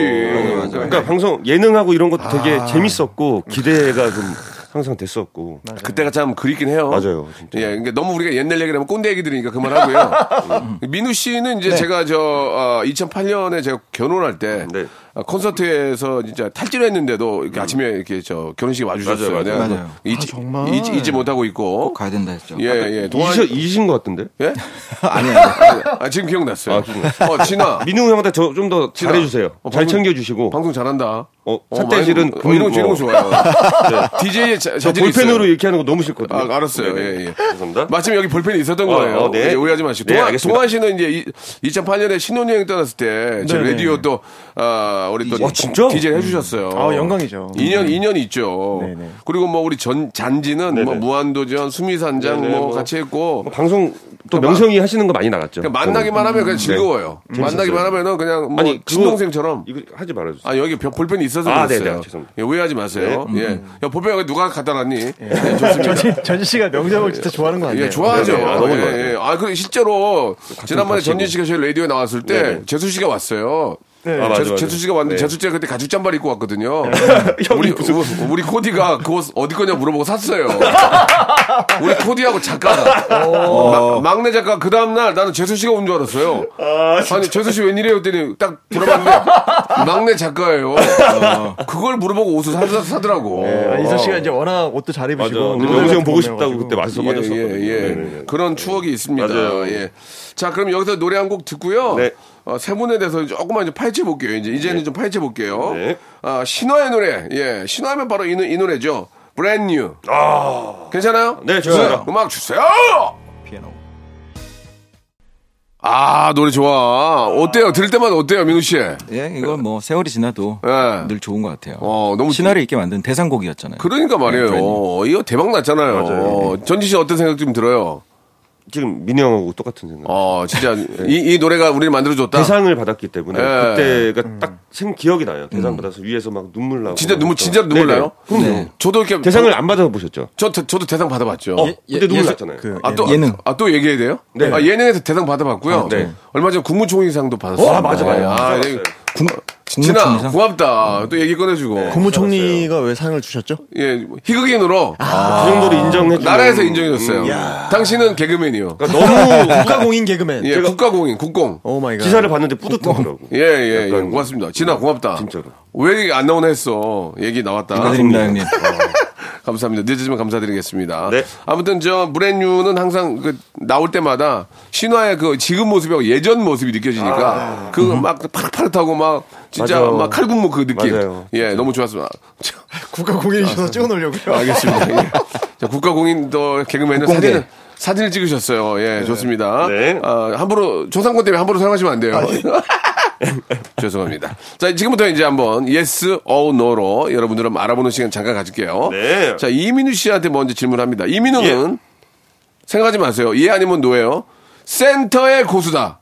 Speaker 7: 그러니까 방송 예능하고 이런 것도 되게
Speaker 9: 아.
Speaker 7: 재밌었고 기대가 좀 항상 됐었고
Speaker 3: 그때가 참 그립긴 해요.
Speaker 7: 맞아요, 진짜.
Speaker 3: 예, 그러니까 너무 우리가 옛날 얘기를 하면 꼰대 얘기들이니까 그만하고요. 음. 민우 씨는 이제 제가 저 어, 2008년에 제가 결혼할 때
Speaker 7: 네. 음.
Speaker 3: 어, 콘서트에서 진짜 탈진을 했는데도 이렇게 아침에 이렇게 저 결혼식 에 와주셨어요.
Speaker 7: 맞아요,
Speaker 3: 내가
Speaker 9: 맞아요.
Speaker 3: 잊지,
Speaker 8: 아, 정말?
Speaker 3: 잊지, 잊지 못하고 있고.
Speaker 9: 가야 된다 했죠.
Speaker 3: 예, 예. 동안
Speaker 7: 이시, 이신 것 같은데
Speaker 3: 예?
Speaker 9: 아니, 아니.
Speaker 3: 아, 지금 기억났어요.
Speaker 7: 아, 기억났어요.
Speaker 3: 어, 진아.
Speaker 7: 민우 형한테 저 좀 더
Speaker 3: 진아.
Speaker 7: 잘해주세요
Speaker 3: 어,
Speaker 7: 잘
Speaker 3: 방금-
Speaker 7: 챙겨주시고
Speaker 3: 방송 잘한다.
Speaker 7: 어, 삿대질은
Speaker 3: 많이- 어, 이런 거 이런 거 좋아요. DJ의 자,
Speaker 7: 네. 저
Speaker 3: 자질이
Speaker 7: 볼펜으로
Speaker 3: 있어요.
Speaker 7: 이렇게 하는 거 너무 싫거든요
Speaker 3: 아, 알았어요.
Speaker 7: 네, 네.
Speaker 3: 예, 예.
Speaker 7: 죄송합니다
Speaker 3: 마침 여기 볼펜이 있었던
Speaker 7: 어,
Speaker 3: 거예요.
Speaker 7: 어, 네.
Speaker 3: 예, 오해하지 마시고.
Speaker 7: 네,
Speaker 3: 동아,
Speaker 7: 알겠습니다.
Speaker 3: 동아 씨는 이제 2008년에 신혼여행 떠났을 때, 제
Speaker 8: 네네.
Speaker 3: 라디오 또, 아, 우리 또.
Speaker 7: 와, 진짜?
Speaker 3: DJ 해주셨어요.
Speaker 8: 아, 영광이죠.
Speaker 3: 2년, 2년 있죠.
Speaker 8: 네네.
Speaker 3: 그리고 뭐 우리 전, 잔지는
Speaker 7: 네네.
Speaker 3: 뭐 무한도전, 수미산장
Speaker 7: 네네,
Speaker 3: 뭐,
Speaker 7: 뭐.
Speaker 3: 같이 했고.
Speaker 7: 뭐 방송 또 명성이 하시는 거 많이 나갔죠
Speaker 3: 그냥 만나기만 하면 그냥 즐거워요. 만나기만 하면은 그냥 뭐
Speaker 7: 네. 아니, 그거-
Speaker 3: 친동생처럼.
Speaker 7: 이거 하지 말아주세요
Speaker 3: 아 여기 벽- 볼펜이 있어서
Speaker 7: 아,
Speaker 3: 그랬어요.
Speaker 7: 네네, 죄송합니다. 네. 음.
Speaker 3: 예, 오해하지 마세요. 예, 야, 볼펜 여기 누가 갖다
Speaker 8: 예.
Speaker 3: 놨니? 네,
Speaker 8: 전진 전진 씨가 명장을 진짜 좋아하는 거 아니에요?
Speaker 3: 예, 좋아하죠.
Speaker 7: 네네, 아, 너무
Speaker 3: 예,
Speaker 7: 좋아요.
Speaker 3: 예. 아, 그리고 실제로 지난번에
Speaker 7: 가시고.
Speaker 3: 전진 씨가 저희 라디오에 나왔을 때
Speaker 7: 네네.
Speaker 3: 재수 씨가 왔어요.
Speaker 7: 아, 맞아,
Speaker 3: 재수,
Speaker 7: 맞아.
Speaker 3: 재수 씨가 왔는데
Speaker 7: 네.
Speaker 3: 재수 씨가 그때 가죽 잠바를 입고 왔거든요.
Speaker 7: 형이
Speaker 3: 우리
Speaker 7: 무슨-
Speaker 3: 우- 우리 코디가 그옷 어디 거냐 물어보고 샀어요. 우리 코디하고 작가가 마- 막내 작가 그 다음 날 나는 재수 씨가 온 줄 알았어요. 아, 니 재수 씨 웬일이에요? 했더니 딱 들어봤는데 막내 작가예요.
Speaker 7: 아.
Speaker 3: 그걸 물어보고 옷을 사, 사더라고.
Speaker 7: 네.
Speaker 8: 아, 이사 씨가 이제 워낙 옷도 잘
Speaker 7: 맞아
Speaker 8: 입으시고
Speaker 7: 명수 형 보고 싶다고
Speaker 8: 건강해가지고.
Speaker 7: 그때 맞아서
Speaker 3: 예,
Speaker 7: 맞았었거든요
Speaker 3: 예, 예.
Speaker 7: 네네네.
Speaker 3: 그런 추억이 있습니다.
Speaker 7: 맞아요.
Speaker 3: 예. 자, 그럼 여기서 노래 한 곡 듣고요.
Speaker 7: 네.
Speaker 3: 어, 세 분에 대해서 조금만 좀 파헤쳐 볼게요. 이제 이제는 좀 파헤쳐 볼게요.
Speaker 7: 네.
Speaker 3: 아, 신화의 노래. 예. 신화면 바로 이, 노- 이 노래죠. 브랜드 뉴. 괜찮아요?
Speaker 7: 네, 좋습니다.
Speaker 3: 음악 주세요. 아, 노래 좋아. 어때요? 들을 때마다 어때요, 민우 씨?
Speaker 9: 예, 이건 뭐 세월이 지나도
Speaker 3: 예.
Speaker 9: 늘 좋은 것 같아요.
Speaker 3: 어, 너무
Speaker 9: 신화를 있게 만든 대상곡이었잖아요.
Speaker 3: 그러니까 말이에요.
Speaker 7: 네,
Speaker 3: 이거 대박 났잖아요. 전지 씨 어떤 생각 좀 들어요?
Speaker 7: 지금 민우 형하고 똑같은 생각
Speaker 3: 어, 진짜 이, 이 노래가 우리를 만들어 줬다.
Speaker 7: 대상을 받았기 때문에
Speaker 3: 예.
Speaker 7: 그때가 딱 생 기억이 나요. 대상 받아서 위에서 막 눈물 나고.
Speaker 3: 진짜 눈물
Speaker 7: 그랬죠.
Speaker 3: 진짜 눈물
Speaker 7: 어, 네네.
Speaker 3: 나요? 음.
Speaker 7: 그럼요. 어,
Speaker 3: 저도 이렇게
Speaker 7: 대상을 안 받아 보셨죠?
Speaker 3: 저 저- 저도 대상 받아봤죠.
Speaker 7: 그때 눈물
Speaker 9: 예,
Speaker 7: 났잖아요.
Speaker 8: 그
Speaker 3: 아, 또,
Speaker 9: 예능.
Speaker 3: 아, 또 얘기해야 돼요? 네. 아, 예능에서 대상 받아봤고요.
Speaker 7: 네.
Speaker 3: 얼마 전에 국무총리상도 받았어요.
Speaker 7: 아, 맞아, 맞아. 그
Speaker 3: 아,
Speaker 7: 맞아요.
Speaker 3: 예.
Speaker 9: 국,
Speaker 3: 진아,
Speaker 9: 국무총리상?
Speaker 3: 고맙다. 또 얘기 꺼내주고.
Speaker 7: 네.
Speaker 8: 국무총리가 왜 상을 주셨죠?
Speaker 3: 예, 희극인으로
Speaker 7: 그 정도로 인정해 주는-
Speaker 3: 나라에서 인정해줬어요.
Speaker 7: 음.
Speaker 3: 당신은 개그맨이요.
Speaker 7: 그러니까 너무
Speaker 8: 국가공인 개그맨. Oh
Speaker 3: 예, 국가공인, 국공.
Speaker 8: 오 마이 갓.
Speaker 7: 기사를 봤는데 뿌듯하더라고.
Speaker 3: 예, 예, 예.
Speaker 7: 약간-
Speaker 3: 고맙습니다. 진아, 고맙다.
Speaker 7: 진짜로.
Speaker 3: 왜안 나오나 했어. 얘기 나왔다.
Speaker 9: 축하드립니다, 형님.
Speaker 3: 감사합니다. 늦으면 감사드리겠습니다.
Speaker 7: 네.
Speaker 3: 아무튼 저 브랜뉴는 항상 그 나올 때마다 신화의 그 지금 모습하고 예전 모습이 느껴지니까 그 막 파릇파릇하고 막 진짜
Speaker 7: 아, 네. 맞아요.
Speaker 3: 막 칼군무 그 느낌.
Speaker 7: 맞아요.
Speaker 3: 예, 너무 좋았습니다. 자,
Speaker 8: 국가공인이셔서 찍어놓으려고요.
Speaker 3: 알겠습니다. 예. 자, 국가공인 더 개그맨은
Speaker 9: 국공대.
Speaker 3: 사진을 사진을 찍으셨어요. 예, 좋습니다.
Speaker 7: 네.
Speaker 3: 아, 함부로 조상권 때문에 함부로 사용하시면 안
Speaker 9: 아,
Speaker 3: 돼요.
Speaker 9: 예.
Speaker 3: 죄송합니다. 자, 지금부터 이제 한번 yes or no로 여러분들은 알아보는 시간 잠깐 가질게요.
Speaker 7: 네.
Speaker 3: 자, 이민우 씨한테 먼저 질문합니다. 이민우는
Speaker 9: 예.
Speaker 3: 생각하지 마세요. 예 아니면 노예요. 센터의 고수다.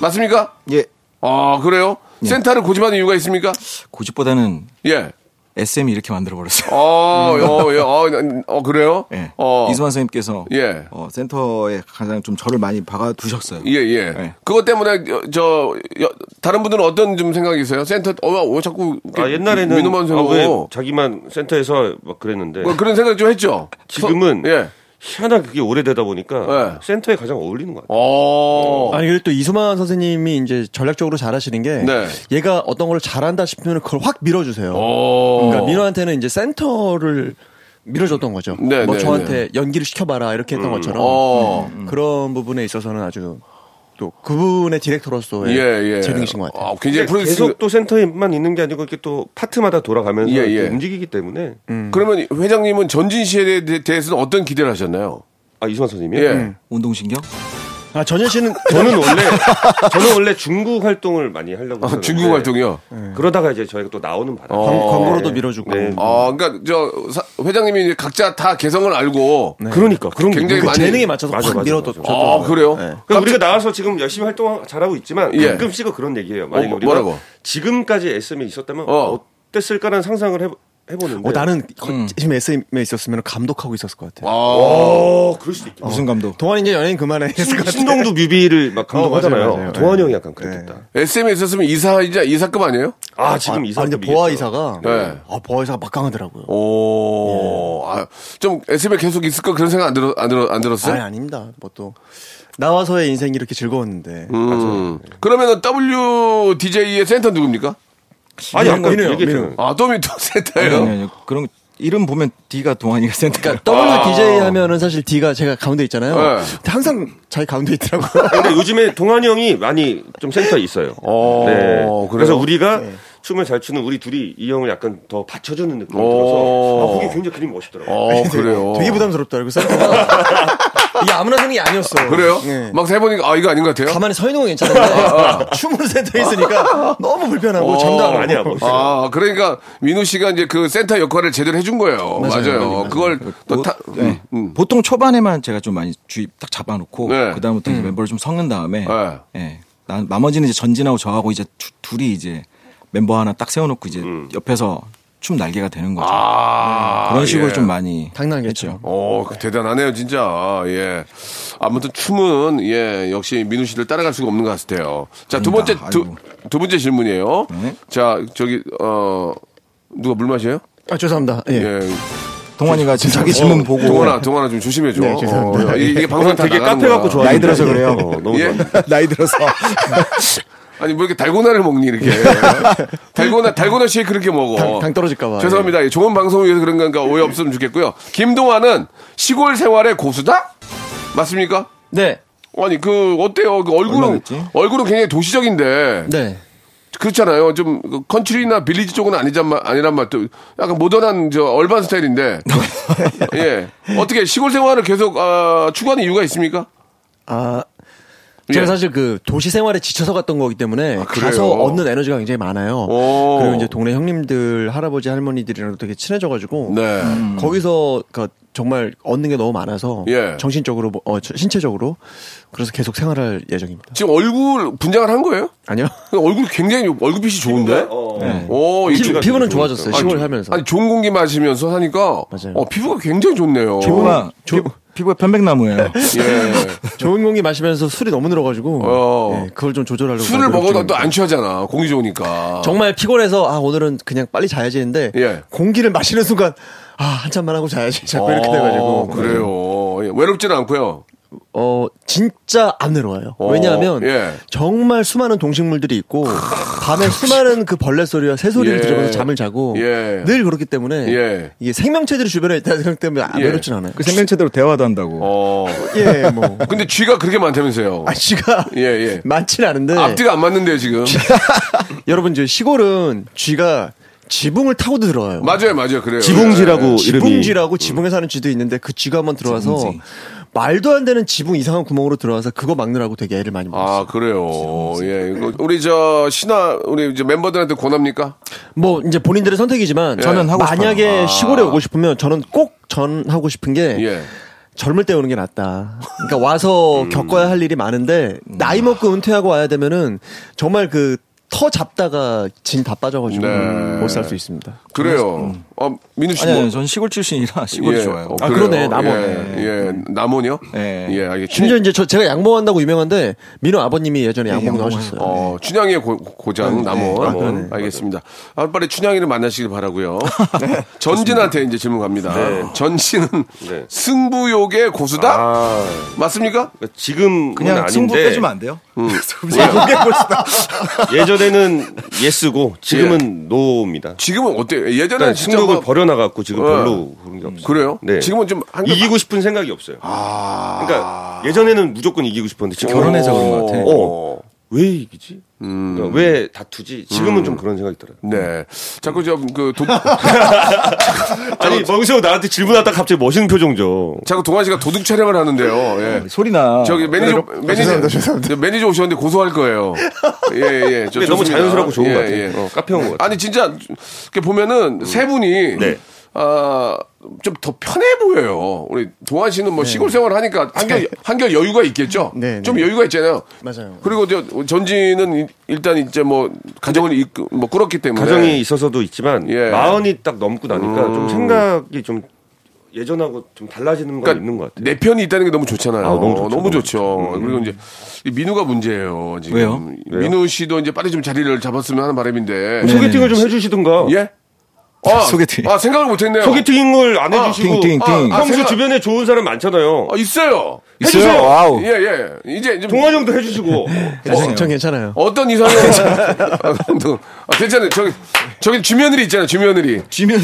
Speaker 3: 맞습니까?
Speaker 9: 예.
Speaker 3: 아, 그래요? 센터를 고집하는 이유가 있습니까?
Speaker 9: 고집보다는
Speaker 3: 예.
Speaker 9: SM 이 이렇게 만들어 버렸어요.
Speaker 3: 어, 어, 예, 어, 어, 그래요?
Speaker 9: 음. 예.
Speaker 3: 어.
Speaker 9: 이수만 선생님께서
Speaker 3: 예.
Speaker 9: 어, 센터에 가장 좀 저를 많이 박아 두셨어요.
Speaker 3: 예, 예.
Speaker 9: 네.
Speaker 3: 그것 때문에 여- 저 여- 다른 분들은 어떤 좀 생각이세요? 센터 어, 어 자꾸 이렇게
Speaker 7: 아, 옛날에는
Speaker 3: 민호만
Speaker 7: 아, 왜
Speaker 3: 세우고
Speaker 7: 자기만 센터에서 막 그랬는데
Speaker 3: 뭐 그런 생각 좀 했죠.
Speaker 7: 지금은
Speaker 3: 서- 예.
Speaker 7: 희한하게 그게 오래되다 보니까
Speaker 3: 네.
Speaker 7: 센터에 가장 어울리는 것 같아요.
Speaker 3: 어.
Speaker 8: 아니 그리고 또 이소만 선생님이 이제 전략적으로 잘하시는 게
Speaker 3: 네.
Speaker 8: 얘가 어떤 걸 잘한다 싶으면 그걸 확 밀어주세요.
Speaker 3: 어.
Speaker 8: 그러니까 민호한테는 이제 센터를 밀어줬던 거죠.
Speaker 3: 네,
Speaker 8: 뭐
Speaker 3: 네,
Speaker 8: 저한테 연기를 시켜봐라 이렇게 했던 것처럼
Speaker 3: 어.
Speaker 8: 음. 그런 부분에 있어서는 아주 또 그분의 디렉터로서의
Speaker 3: 예, 예.
Speaker 8: 네, 재능이신 것 같아요.
Speaker 3: 아, 굉장히 프로듀싱
Speaker 7: 계속 또 센터에만 있는 게 아니고 이렇게 또 파트마다 돌아가면서
Speaker 3: 예, 예. 음.
Speaker 7: 이렇게 움직이기 때문에
Speaker 3: 그러면 회장님은 전진 씨에 대- 대해서는 어떤 기대를 하셨나요?
Speaker 7: 아 이수만 선생님이
Speaker 3: 예.
Speaker 7: 요
Speaker 9: 운동신경?
Speaker 8: 아 전현 씨는
Speaker 7: 저는 원래 저는 원래 중국 활동을 많이 하려고
Speaker 3: 아,
Speaker 7: 했었는데
Speaker 3: 중국 활동이요.
Speaker 7: 그러다가 이제 저희가 또 나오는 바람에
Speaker 8: 광-
Speaker 3: 어.
Speaker 8: 광고로도 밀어주고
Speaker 7: 네.
Speaker 3: 아, 그러니까 저 사- 회장님이 이제 각자 다 개성을 알고
Speaker 7: 그러니까 그런 게
Speaker 3: 굉장히
Speaker 7: 있는
Speaker 8: 그
Speaker 7: 거예요.
Speaker 3: 많이-
Speaker 8: 재능에 맞춰서
Speaker 7: 맞아,
Speaker 8: 확
Speaker 7: 맞아,
Speaker 8: 밀어줬죠.
Speaker 7: 맞아.
Speaker 3: 아, 그래요?
Speaker 7: 그러니까 우리가 나와서 지금 열심히 활동 잘하고 있지만
Speaker 3: 예.
Speaker 7: 가끔씩은 그런 얘기예요. 만약에
Speaker 3: 어,
Speaker 7: 우리가
Speaker 3: 뭐라고?
Speaker 7: 지금까지 SM에 있었다면
Speaker 3: 어.
Speaker 7: 어. 땠을까라는 상상을 해, 해보는데
Speaker 8: 어, 나는 거- 지금 SM에 있었으면 감독하고 있었을 것 같아요.
Speaker 7: 어, 그럴 수도 있겠다.
Speaker 9: 무슨 감독?
Speaker 8: 동환 이제 연예인 그만해. 했을 것 같아요.
Speaker 7: 신동도 뮤비를 막 감독하잖아요.
Speaker 8: 맞아요, 맞아요.
Speaker 7: 동환이
Speaker 8: 네.
Speaker 7: 형이 약간 그랬겠다.
Speaker 3: SM에 있었으면 이사 이제 이사급 아니에요?
Speaker 7: 아 지금
Speaker 8: 아,
Speaker 7: 이사
Speaker 8: 아, 근데 보아 이사가
Speaker 3: 네. 어,
Speaker 8: 아 보아 이사가 막강하더라고요.
Speaker 3: 오, 아, 좀 SM에 계속 있을까 그런 생각 안 들어 안 들어 안 들었어요?
Speaker 8: 아니 아닙니다. 뭐 또 나와서의 인생이 이렇게 즐거웠는데.
Speaker 3: 음. 그러면 WDJ의 센터 누굽니까?
Speaker 7: 아니 아까
Speaker 8: 민호요,
Speaker 7: 얘기했잖아요.
Speaker 3: 아, 또미 또
Speaker 9: 아니, 아니,
Speaker 3: 센터예요.
Speaker 9: 아니. 그런 이름 보면 D가 동안이가 센터가
Speaker 3: 그러니까
Speaker 8: WDJ 하면은 사실 D가 제가 가운데 있잖아요.
Speaker 3: 네.
Speaker 8: 근데 항상 자기 가운데 있더라고요.
Speaker 7: 아, 근데 요즘에 동환이 형이 많이 좀 센터에 있어요.
Speaker 3: 어,
Speaker 7: 네.
Speaker 3: 그래요?
Speaker 7: 그래서 우리가 춤을 잘 추는 우리 둘이 이 형을 약간 더 받쳐주는 느낌이 들어서 아, 그게 굉장히 그림이 멋있더라고요.
Speaker 3: 어, 그래요.
Speaker 8: 되게 부담스럽더라고요. 생각보다. 이게 아무나 생각이 아니었어요.
Speaker 3: 그래요?
Speaker 8: 네.
Speaker 3: 막서 해보니까 아 이거 아닌 것 같아요.
Speaker 8: 가만히 서 있는 건 괜찮은데 춤으로 센터에 있으니까 너무 불편하고 전담
Speaker 7: 아니야 멋있어.
Speaker 3: 아, 그러니까 민우 씨가 이제 그 센터 역할을 제대로 해준 거예요. 맞아요. 그걸 또
Speaker 9: 보-
Speaker 3: 타,
Speaker 9: 네.
Speaker 3: 음.
Speaker 9: 보통 초반에만 제가 좀 많이 주입 딱 잡아놓고
Speaker 3: 네.
Speaker 9: 그다음부터 이제 멤버를 좀 섞는 다음에
Speaker 3: 네.
Speaker 9: 예. 나- 나머지는 이제 전진하고 저하고 이제 두- 둘이 이제 멤버 하나 딱 세워놓고 이제 옆에서 춤 날개가 되는 거죠.
Speaker 3: 음. 아,
Speaker 9: 네. 그런 식으로
Speaker 3: 예.
Speaker 9: 좀 많이
Speaker 8: 당당하겠죠.
Speaker 3: 어, 그 대단하네요, 진짜. 아, 예. 아무튼 춤은, 예, 역시 민우 씨를 따라갈 수가 없는 것 같아요. 자, 두 번째,
Speaker 9: 아니다.
Speaker 3: 두,
Speaker 9: 아이고.
Speaker 3: 두 번째 질문이에요.
Speaker 9: 네.
Speaker 3: 자, 저기, 어, 누가 물 마셔요?
Speaker 8: 아 죄송합니다. 예.
Speaker 3: 예.
Speaker 9: 동환이가 지금
Speaker 3: 어,
Speaker 9: 자기 질문 보고
Speaker 3: 동원아, 동원아 좀 조심해줘.
Speaker 8: 네, 죄송합니다.
Speaker 3: 어, 이- 이게 방송 다
Speaker 7: 되게
Speaker 3: 나가는
Speaker 7: 카페
Speaker 3: 거야.
Speaker 7: 갖고 좋아.
Speaker 9: 나이 들어서 그래요.
Speaker 7: 너무
Speaker 3: 예?
Speaker 7: 좋아.
Speaker 9: 나이 들어서
Speaker 3: 아니, 뭐 이렇게 달고나를 먹니, 이렇게. 달고나, 달고나 쉐이크 그렇게 먹어.
Speaker 8: 당, 당 떨어질까봐. 예.
Speaker 3: 죄송합니다. 예, 좋은 방송을 위해서 그런 건가 오해 없으면 좋겠고요. 김동환은 시골 생활의 고수다? 맞습니까?
Speaker 8: 네.
Speaker 3: 아니 그 어때요? 그
Speaker 9: 얼마나
Speaker 3: 얼굴은
Speaker 9: 됐지?
Speaker 3: 얼굴은 굉장히 도시적인데
Speaker 8: 네.
Speaker 3: 그렇잖아요. 좀그 컨트리나 빌리지 쪽은 아니란 말 아니란 말도 약간 모던한 저 얼반 스타일인데 예 어떻게 시골 생활을 계속 아, 추구하는 이유가 있습니까?
Speaker 8: 아 제가
Speaker 3: 예.
Speaker 8: 사실 그 도시 생활에 지쳐서 갔던 거기 때문에
Speaker 3: 그래요?
Speaker 8: 가서 얻는 에너지가 굉장히 많아요.
Speaker 3: 오.
Speaker 8: 그리고 이제 동네 형님들, 할아버지, 할머니들이랑 되게 친해져가지고
Speaker 3: 네.
Speaker 8: 거기서 그 정말 얻는 게 너무 많아서
Speaker 3: 예.
Speaker 8: 정신적으로 뭐- 어 저- 신체적으로 그래서 계속 생활할 예정입니다.
Speaker 3: 지금 얼굴 분장을 한 거예요?
Speaker 8: 아니요.
Speaker 3: 얼굴 굉장히 얼굴빛이 좋은데?
Speaker 7: 어.
Speaker 3: 오,
Speaker 8: 네. 피부,
Speaker 3: 이쪽-
Speaker 8: 피부는 좋아졌어요. 시골 살면서.
Speaker 3: 아니 좋은 공기 마시면서 하니까
Speaker 8: 맞아요.
Speaker 3: 어, 피부가 굉장히 좋네요.
Speaker 9: 피부가
Speaker 8: 조-
Speaker 9: 피부가 편백나무예요.
Speaker 3: 예.
Speaker 8: 좋은 공기 마시면서 술이 너무 늘어가지고
Speaker 3: 어.
Speaker 8: 예, 그걸 좀 조절하려고
Speaker 3: 술을
Speaker 8: 노력
Speaker 3: 먹어도
Speaker 8: 중입니다.
Speaker 3: 또 안 취하잖아. 공기 좋으니까.
Speaker 8: 정말 피곤해서 아 오늘은 그냥 빨리 자야지 했는데
Speaker 3: 예.
Speaker 8: 공기를 마시는 순간 아 한참만 하고 자야지 자꾸 이렇게 돼가지고
Speaker 3: 어, 그래요. 예, 외롭지는 않고요.
Speaker 8: 어 진짜 안 내려와요.
Speaker 3: 어,
Speaker 8: 왜냐하면
Speaker 3: 예.
Speaker 8: 정말 수많은 동식물들이 있고 밤에 수많은 그 벌레 소리와 새 소리를
Speaker 3: 예.
Speaker 8: 들으면서 잠을 자고
Speaker 3: 예.
Speaker 8: 늘 그렇기 때문에
Speaker 3: 예.
Speaker 8: 이게 생명체들이 주변에 있다는 생각 때문에 안
Speaker 3: 예.
Speaker 8: 외롭진 않아요.
Speaker 9: 그 생명체대로 대화도 한다고.
Speaker 3: 어.
Speaker 8: 예, 뭐
Speaker 3: 근데 쥐가 그렇게 많다면서요.
Speaker 8: 아, 네. 쥐가
Speaker 3: 예, 예.
Speaker 8: 많진 않은데
Speaker 3: 앞뒤가 안 맞는데요, 지금.
Speaker 8: 여러분 저 시골은 쥐가 지붕을 타고도 들어와요. 네.
Speaker 3: 맞아요, 맞아요. 예. 그래요.
Speaker 7: 지붕지라고 이름이
Speaker 8: 지붕쥐라고 지붕에 사는 쥐도 있는데 그 쥐가 한번 들어와서
Speaker 9: 지붕쥐.
Speaker 8: 말도 안 되는 지붕 이상한 구멍으로 들어와서 그거 막느라고 되게 애를 많이 먹었어요.
Speaker 3: 아, 그래요. 예. 이거 우리 저 신화 우리 이제 멤버들한테 권합니까?
Speaker 8: 뭐 이제 본인들의 선택이지만
Speaker 9: 저는 하고
Speaker 8: 만약에 시골에 오고 싶으면 저는 꼭 전 하고 싶은 게
Speaker 3: 예.
Speaker 8: 젊을 때 오는 게 낫다. 그러니까 와서 겪어야 할 일이 많은데 나이 먹고 은퇴하고 와야 되면은 정말 그 터 잡다가 진 다 빠져가지고
Speaker 3: 네.
Speaker 8: 못 살 수 있습니다.
Speaker 3: 그래요. 어, 민우 씨
Speaker 9: 아니,
Speaker 3: 뭐.
Speaker 9: 아니, 전 시골 출신이라 시골이
Speaker 3: 예,
Speaker 9: 좋아요.
Speaker 3: 어,
Speaker 8: 아,
Speaker 3: 그래요.
Speaker 8: 그러네, 남원.
Speaker 3: 예, 예, 남원이요?
Speaker 9: 예.
Speaker 3: 예, 알겠습니다.
Speaker 8: 심지어 이제 저 제가 양봉한다고 유명한데 민호 아버님이 예전에 양봉도 하셨어요.
Speaker 3: 어, 춘향의 고, 고장 남원. 알겠습니다. 아, 빨리 춘향이를 만나시길 바라고요. 전진한테 이제 질문 갑니다. 전 씨는
Speaker 7: 네.
Speaker 3: 승부욕의 고수다?
Speaker 7: 아,
Speaker 3: 맞습니까?
Speaker 7: 그러니까 지금은
Speaker 9: 그냥
Speaker 7: 아닌데
Speaker 9: 승부 빼주면 안 돼요?
Speaker 3: 음.
Speaker 7: 예전에는 예스고 지금은 노입니다.
Speaker 3: 지금은 어때요? 예전에
Speaker 7: 일단
Speaker 3: 네, 진짜
Speaker 7: 승부욕을
Speaker 3: 막-
Speaker 7: 그러니까 버려나갔고 지금
Speaker 3: 어.
Speaker 7: 별로 그런 게 없어요.
Speaker 3: 그래요?
Speaker 7: 네.
Speaker 3: 지금은 좀 아. 한-
Speaker 7: 이기고 싶은 생각이 없어요. 그러니까 예전에는 무조건 이기고 싶었는데 지금
Speaker 9: 결혼해서 그런 것 같아.
Speaker 7: 어. 왜 이기지?
Speaker 3: 음.
Speaker 7: 그러니까 왜 다투지? 지금은 좀 그런 생각이 들어요.
Speaker 3: 네. 자꾸 저그
Speaker 7: 아니 멍세호 나한테 질문하다 갑자기 멋있는 표정 죠
Speaker 3: 자꾸 동아 씨가 도둑 촬영을 하는데요. 예.
Speaker 9: 소리나.
Speaker 7: 아,
Speaker 3: 저기 매니저 매니저 네,
Speaker 11: 죄송합니다, 죄송합니다.
Speaker 3: 매니저 오셨는데 고소할 거예요. 예 예. 저
Speaker 7: 근데 너무
Speaker 3: 좋습니다.
Speaker 7: 자연스럽고 좋은
Speaker 3: 예,
Speaker 7: 것 같아요.
Speaker 3: 예.
Speaker 7: 어, 카페 온것 같아요.
Speaker 3: 아니 진짜 이렇게 보면은 세 분이
Speaker 7: 네.
Speaker 3: 아좀 더 편해 보여요. 우리 동아 씨는
Speaker 7: 네.
Speaker 3: 뭐 시골 생활 하니까 한결 한결 여유가 있겠죠.
Speaker 8: 네, 네.
Speaker 3: 좀 여유가 있잖아요.
Speaker 8: 맞아요.
Speaker 3: 그리고 저 전지는 이- 일단 이제 뭐 가정을 이- 뭐 꾸렸기 때문에
Speaker 7: 가정이 있어서도 있지만
Speaker 3: 예. 음.
Speaker 7: 마흔이 딱 넘고 나니까 좀 생각이 좀 예전하고 좀 달라지는 건
Speaker 3: 그러니까
Speaker 7: 있는 것 같아요.
Speaker 3: 내 편이 있다는 게 너무 좋잖아요.
Speaker 7: 아, 너무 좋죠, 음. 너무
Speaker 3: 좋죠. 그리고 이제 이 민우가 문제예요. 지금
Speaker 9: 왜요?
Speaker 3: 민우 씨도 이제 빨리 좀 자리를 잡았으면 하는 바람인데.
Speaker 7: 네. 소개팅을 좀 해주시든가.
Speaker 3: 네. 예? 아,
Speaker 9: 소개팅.
Speaker 3: 아 생각을 못했네요.
Speaker 7: 소개팅을 안
Speaker 3: 아,
Speaker 7: 해주시고
Speaker 9: 띵, 띵, 띵.
Speaker 7: 아, 평소
Speaker 3: 생각-
Speaker 7: 주변에 좋은 사람 많잖아요.
Speaker 3: 아, 있어요.
Speaker 7: 해주세요.
Speaker 11: 와우.
Speaker 3: 예, 예. 이제 좀
Speaker 7: 동환 형도 해주시고
Speaker 8: 어, 전 괜찮아요.
Speaker 3: 어떤 이상형? 아, 또- 아, 괜찮아요. 저기 저기 주며느리 있잖아요. 주며느리.
Speaker 9: 지면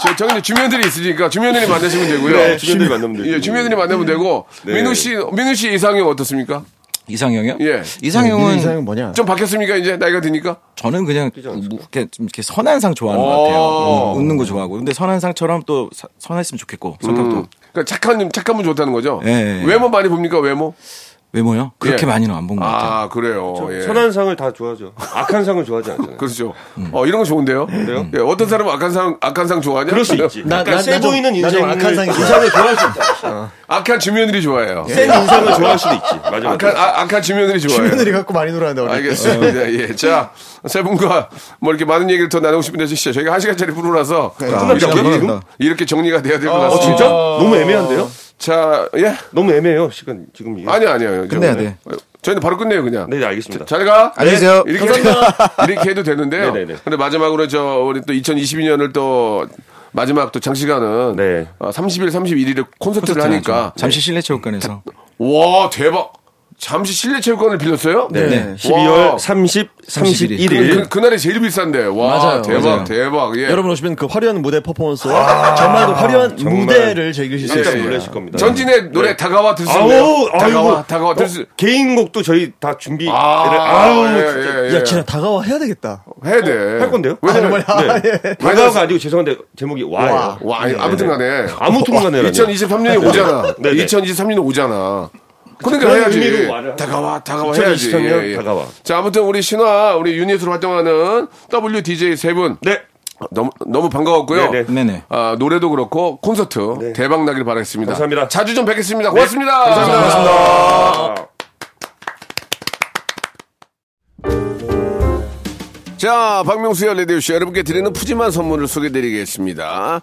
Speaker 3: 저, 저기 주며느리 있으니까 주며느리 만나시면 되고요.
Speaker 7: 네, 주변들 만나면 네. 되고.
Speaker 3: 예, 주며느리 만나면 되고 민우 씨 민우 씨 이상형 어떻습니까?
Speaker 9: 이상형이요?
Speaker 3: 예.
Speaker 7: 음.
Speaker 9: 이상형은
Speaker 8: 음, 이상형 뭐냐?
Speaker 3: 좀 바뀌었습니까 이제 나이가 드니까?
Speaker 9: 저는 그냥 뭐 이렇게 좀 이렇게 선한 상 좋아하는 것
Speaker 3: 어.
Speaker 9: 같아요. 음, 웃는 거 좋아하고. 근데 선한 상처럼 또 사- 선했으면 좋겠고 성격도
Speaker 3: 음. 그러니까 착한 분, 착한 분 좋다는 거죠.
Speaker 9: 예, 음, 예.
Speaker 3: 외모 많이 봅니까 외모?
Speaker 9: 외모요? 그렇게
Speaker 3: 예.
Speaker 9: 많이는 안 본 것 같아요.
Speaker 3: 아 그래요. 예.
Speaker 7: 선한 상을 다 좋아하죠. 악한 상을 좋아하지 않잖아요.
Speaker 3: 그렇죠.
Speaker 9: 음.
Speaker 3: 어 이런 거 좋은데요. 그래요? 예, 어떤 사람은 악한 상 악한 상 좋아하냐?
Speaker 7: 그럴 수 있지.
Speaker 8: 나-
Speaker 7: 그러니까
Speaker 8: 나-
Speaker 7: 세
Speaker 8: 나 좀-
Speaker 7: 보이는
Speaker 8: 나
Speaker 7: 인상을
Speaker 8: 좀 악한 상이
Speaker 7: 인상을 좋아할 수 있다.
Speaker 3: 악한 주면들이 좋아해요.
Speaker 7: 센 인상을 좋아할 수도 있지. 맞아. 맞아.
Speaker 3: 악한 네. 아, 악한 주면들이 좋아해요.
Speaker 8: 며느리 갖고 많이 놀았는데 어릴 때.
Speaker 3: 알겠습니다. 예. 자, 세 분과 뭐 이렇게 많은 얘기를 더 나누고 싶은데 진짜 저희가 한 시간짜리 프로라서
Speaker 7: 네,
Speaker 3: 아,
Speaker 7: 끝났다고요,
Speaker 3: 이렇게,
Speaker 7: 지금?
Speaker 3: 이렇게 정리가 돼야 될 것
Speaker 7: 어
Speaker 3: 같습니다.
Speaker 7: 진짜? 너무 애매한데요?
Speaker 3: 자, 예?
Speaker 7: 너무 애매해요 시간 지금 이게.
Speaker 3: 아니 아니요.
Speaker 9: 끝내야 돼.
Speaker 3: 저희는 바로 끝내요 그냥.
Speaker 7: 네, 네, 알겠습니다.
Speaker 3: 잘 가.
Speaker 11: 안녕히 계세요.
Speaker 3: 이렇게 이렇게 해도 되는데요.
Speaker 7: 네, 네, 네.
Speaker 3: 근데 마지막으로 저 우리 또 2022년을 또 마지막 또 장시간은
Speaker 7: 네.
Speaker 3: 어, 30일, 31일에 콘서트를 하니까
Speaker 9: 잠시 실내 체육관에서
Speaker 3: 와 대박. 잠시 실내 체육관을 빌렸어요?
Speaker 7: 네.
Speaker 9: 네.
Speaker 7: 12월 30, 31일.
Speaker 3: 그, 그날이 제일 비싼데. 와
Speaker 8: 맞아요.
Speaker 3: 대박
Speaker 9: 맞아요.
Speaker 3: 대박. 예.
Speaker 8: 여러분 오시면 그 화려한 무대 퍼포먼스와 정말 그 화려한
Speaker 7: 정말.
Speaker 8: 무대를 즐기실 수
Speaker 7: 깜짝
Speaker 8: 있습니다.
Speaker 7: 네. 놀라실 겁니다.
Speaker 3: 예, 전진의 노래
Speaker 7: 네.
Speaker 3: 다가와 들으세요.
Speaker 7: 아우,
Speaker 3: 다가와
Speaker 7: 아이고.
Speaker 3: 다가와 들으세요.
Speaker 7: 어, 개인곡도 저희 다 준비를
Speaker 3: 아,
Speaker 7: 아, 우
Speaker 3: 예,
Speaker 7: 진짜 어?
Speaker 3: 예, 예.
Speaker 8: 야, 진짜 다가와 해야 되겠다.
Speaker 3: 해야 돼.
Speaker 7: 할 건데요? 아,
Speaker 3: 왜냐면 아, 예.
Speaker 7: 네. 다가가 아니고 죄송한데 제목이 와요. 네,
Speaker 3: 와 아니, 아무튼 간에
Speaker 7: 아무튼간에
Speaker 3: 2023년에 오잖아.
Speaker 7: 네, 네.
Speaker 3: 2023년에 오잖아. 그러니까
Speaker 7: 그런
Speaker 3: 해야지.
Speaker 7: 의미로 말을
Speaker 3: 다가와, 다가와
Speaker 7: 2023 년
Speaker 3: 해야지. 예,
Speaker 7: 다가와.
Speaker 3: 자, 아무튼 우리 신화, 우리 유닛으로 활동하는 WDJ 세 분.
Speaker 7: 네.
Speaker 3: 너무, 너무 반가웠고요.
Speaker 7: 네, 네.
Speaker 9: 네네.
Speaker 3: 아, 노래도 그렇고 콘서트 대박 나길 바라겠습니다.
Speaker 7: 감사합니다. 네.
Speaker 3: 자주 좀 뵙겠습니다. 고맙습니다. 아.
Speaker 7: 감사합니다.
Speaker 3: 자, 박명수의 레디오쇼 여러분께 드리는 푸짐한 선물을 소개드리겠습니다.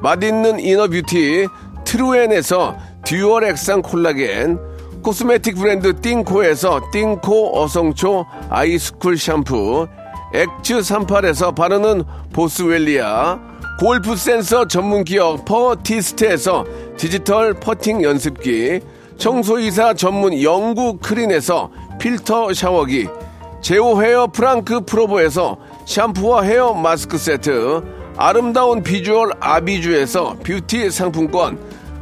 Speaker 3: 맛있는 이너뷰티 트루엔에서 듀얼 액상 콜라겐 코스메틱 브랜드 띵코에서 띵코 어성초 아이스쿨 샴푸 엑츠 38에서 바르는 보스웰리아 골프 센서 전문 기업 퍼티스트에서 디지털 퍼팅 연습기 청소이사 전문 영구 크린에서 필터 샤워기 제오 헤어 프랑크 프로보에서 샴푸와 헤어 마스크 세트 아름다운 비주얼 아비주에서 뷰티 상품권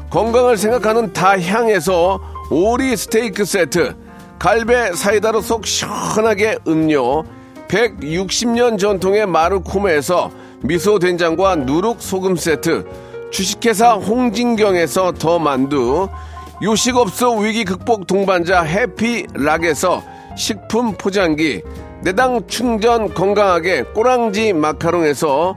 Speaker 3: 건강을 생각하는 다향에서 오리 스테이크 세트 갈배 사이다로 속 시원하게 음료 160년 전통의 마루코메에서 미소 된장과 누룩 소금 세트 주식회사 홍진경에서 더 만두 요식업소 위기 극복 동반자 해피락에서 식품 포장기 내당 충전 건강하게 꼬랑지 마카롱에서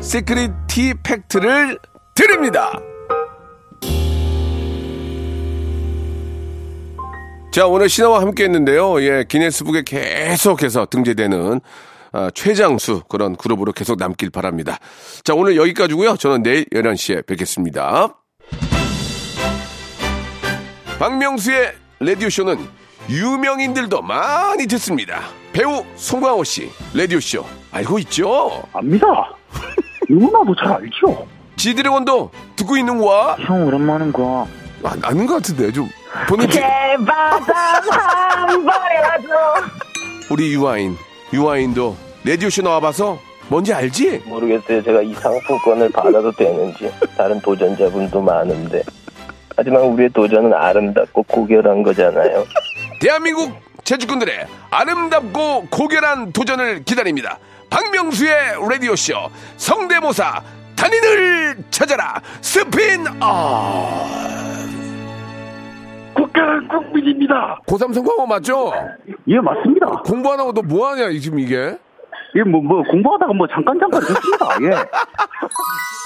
Speaker 3: 시크릿 티 팩트를 드립니다 자, 오늘 신화와 함께 했는데요. 예, 기네스북에 계속해서 등재되는 아, 최장수 그런 그룹으로 계속 남길 바랍니다. 자, 오늘 여기까지고요. 저는 내일 11시에 뵙겠습니다. 박명수의 라디오쇼는 유명인들도 많이 듣습니다. 배우 송강호 씨, 라디오쇼 알고 있죠?
Speaker 11: 압니다. 누구나도 잘 알죠.
Speaker 3: 지드래곤도 듣고 있는 거야?
Speaker 11: 형 오랜만인 거야.
Speaker 3: 아, 아닌 것 같은데, 좀. 보는 기-
Speaker 11: 제발 한 번이라도.
Speaker 3: 우리 유아인, 유아인도 라디오쇼 나와봐서 뭔지 알지?
Speaker 12: 모르겠어요. 제가 이 상품권을 받아도 되는지. 다른 도전자분도 많은데. 하지만 우리의 도전은 아름답고 고결한 거잖아요.
Speaker 3: 대한민국 재주꾼들의 아름답고 고결한 도전을 기다립니다. 박명수의 라디오쇼 성대모사 단인을 찾아라 스핀어
Speaker 11: 국가는 국민입니다.
Speaker 3: 고3 성공한 맞죠?
Speaker 11: 예, 맞습니다.
Speaker 3: 공부 안 하고 너 뭐 하냐 지금 이게?
Speaker 11: 예, 뭐, 뭐, 공부하다가 뭐 잠깐 잠깐 듣습니다. 예.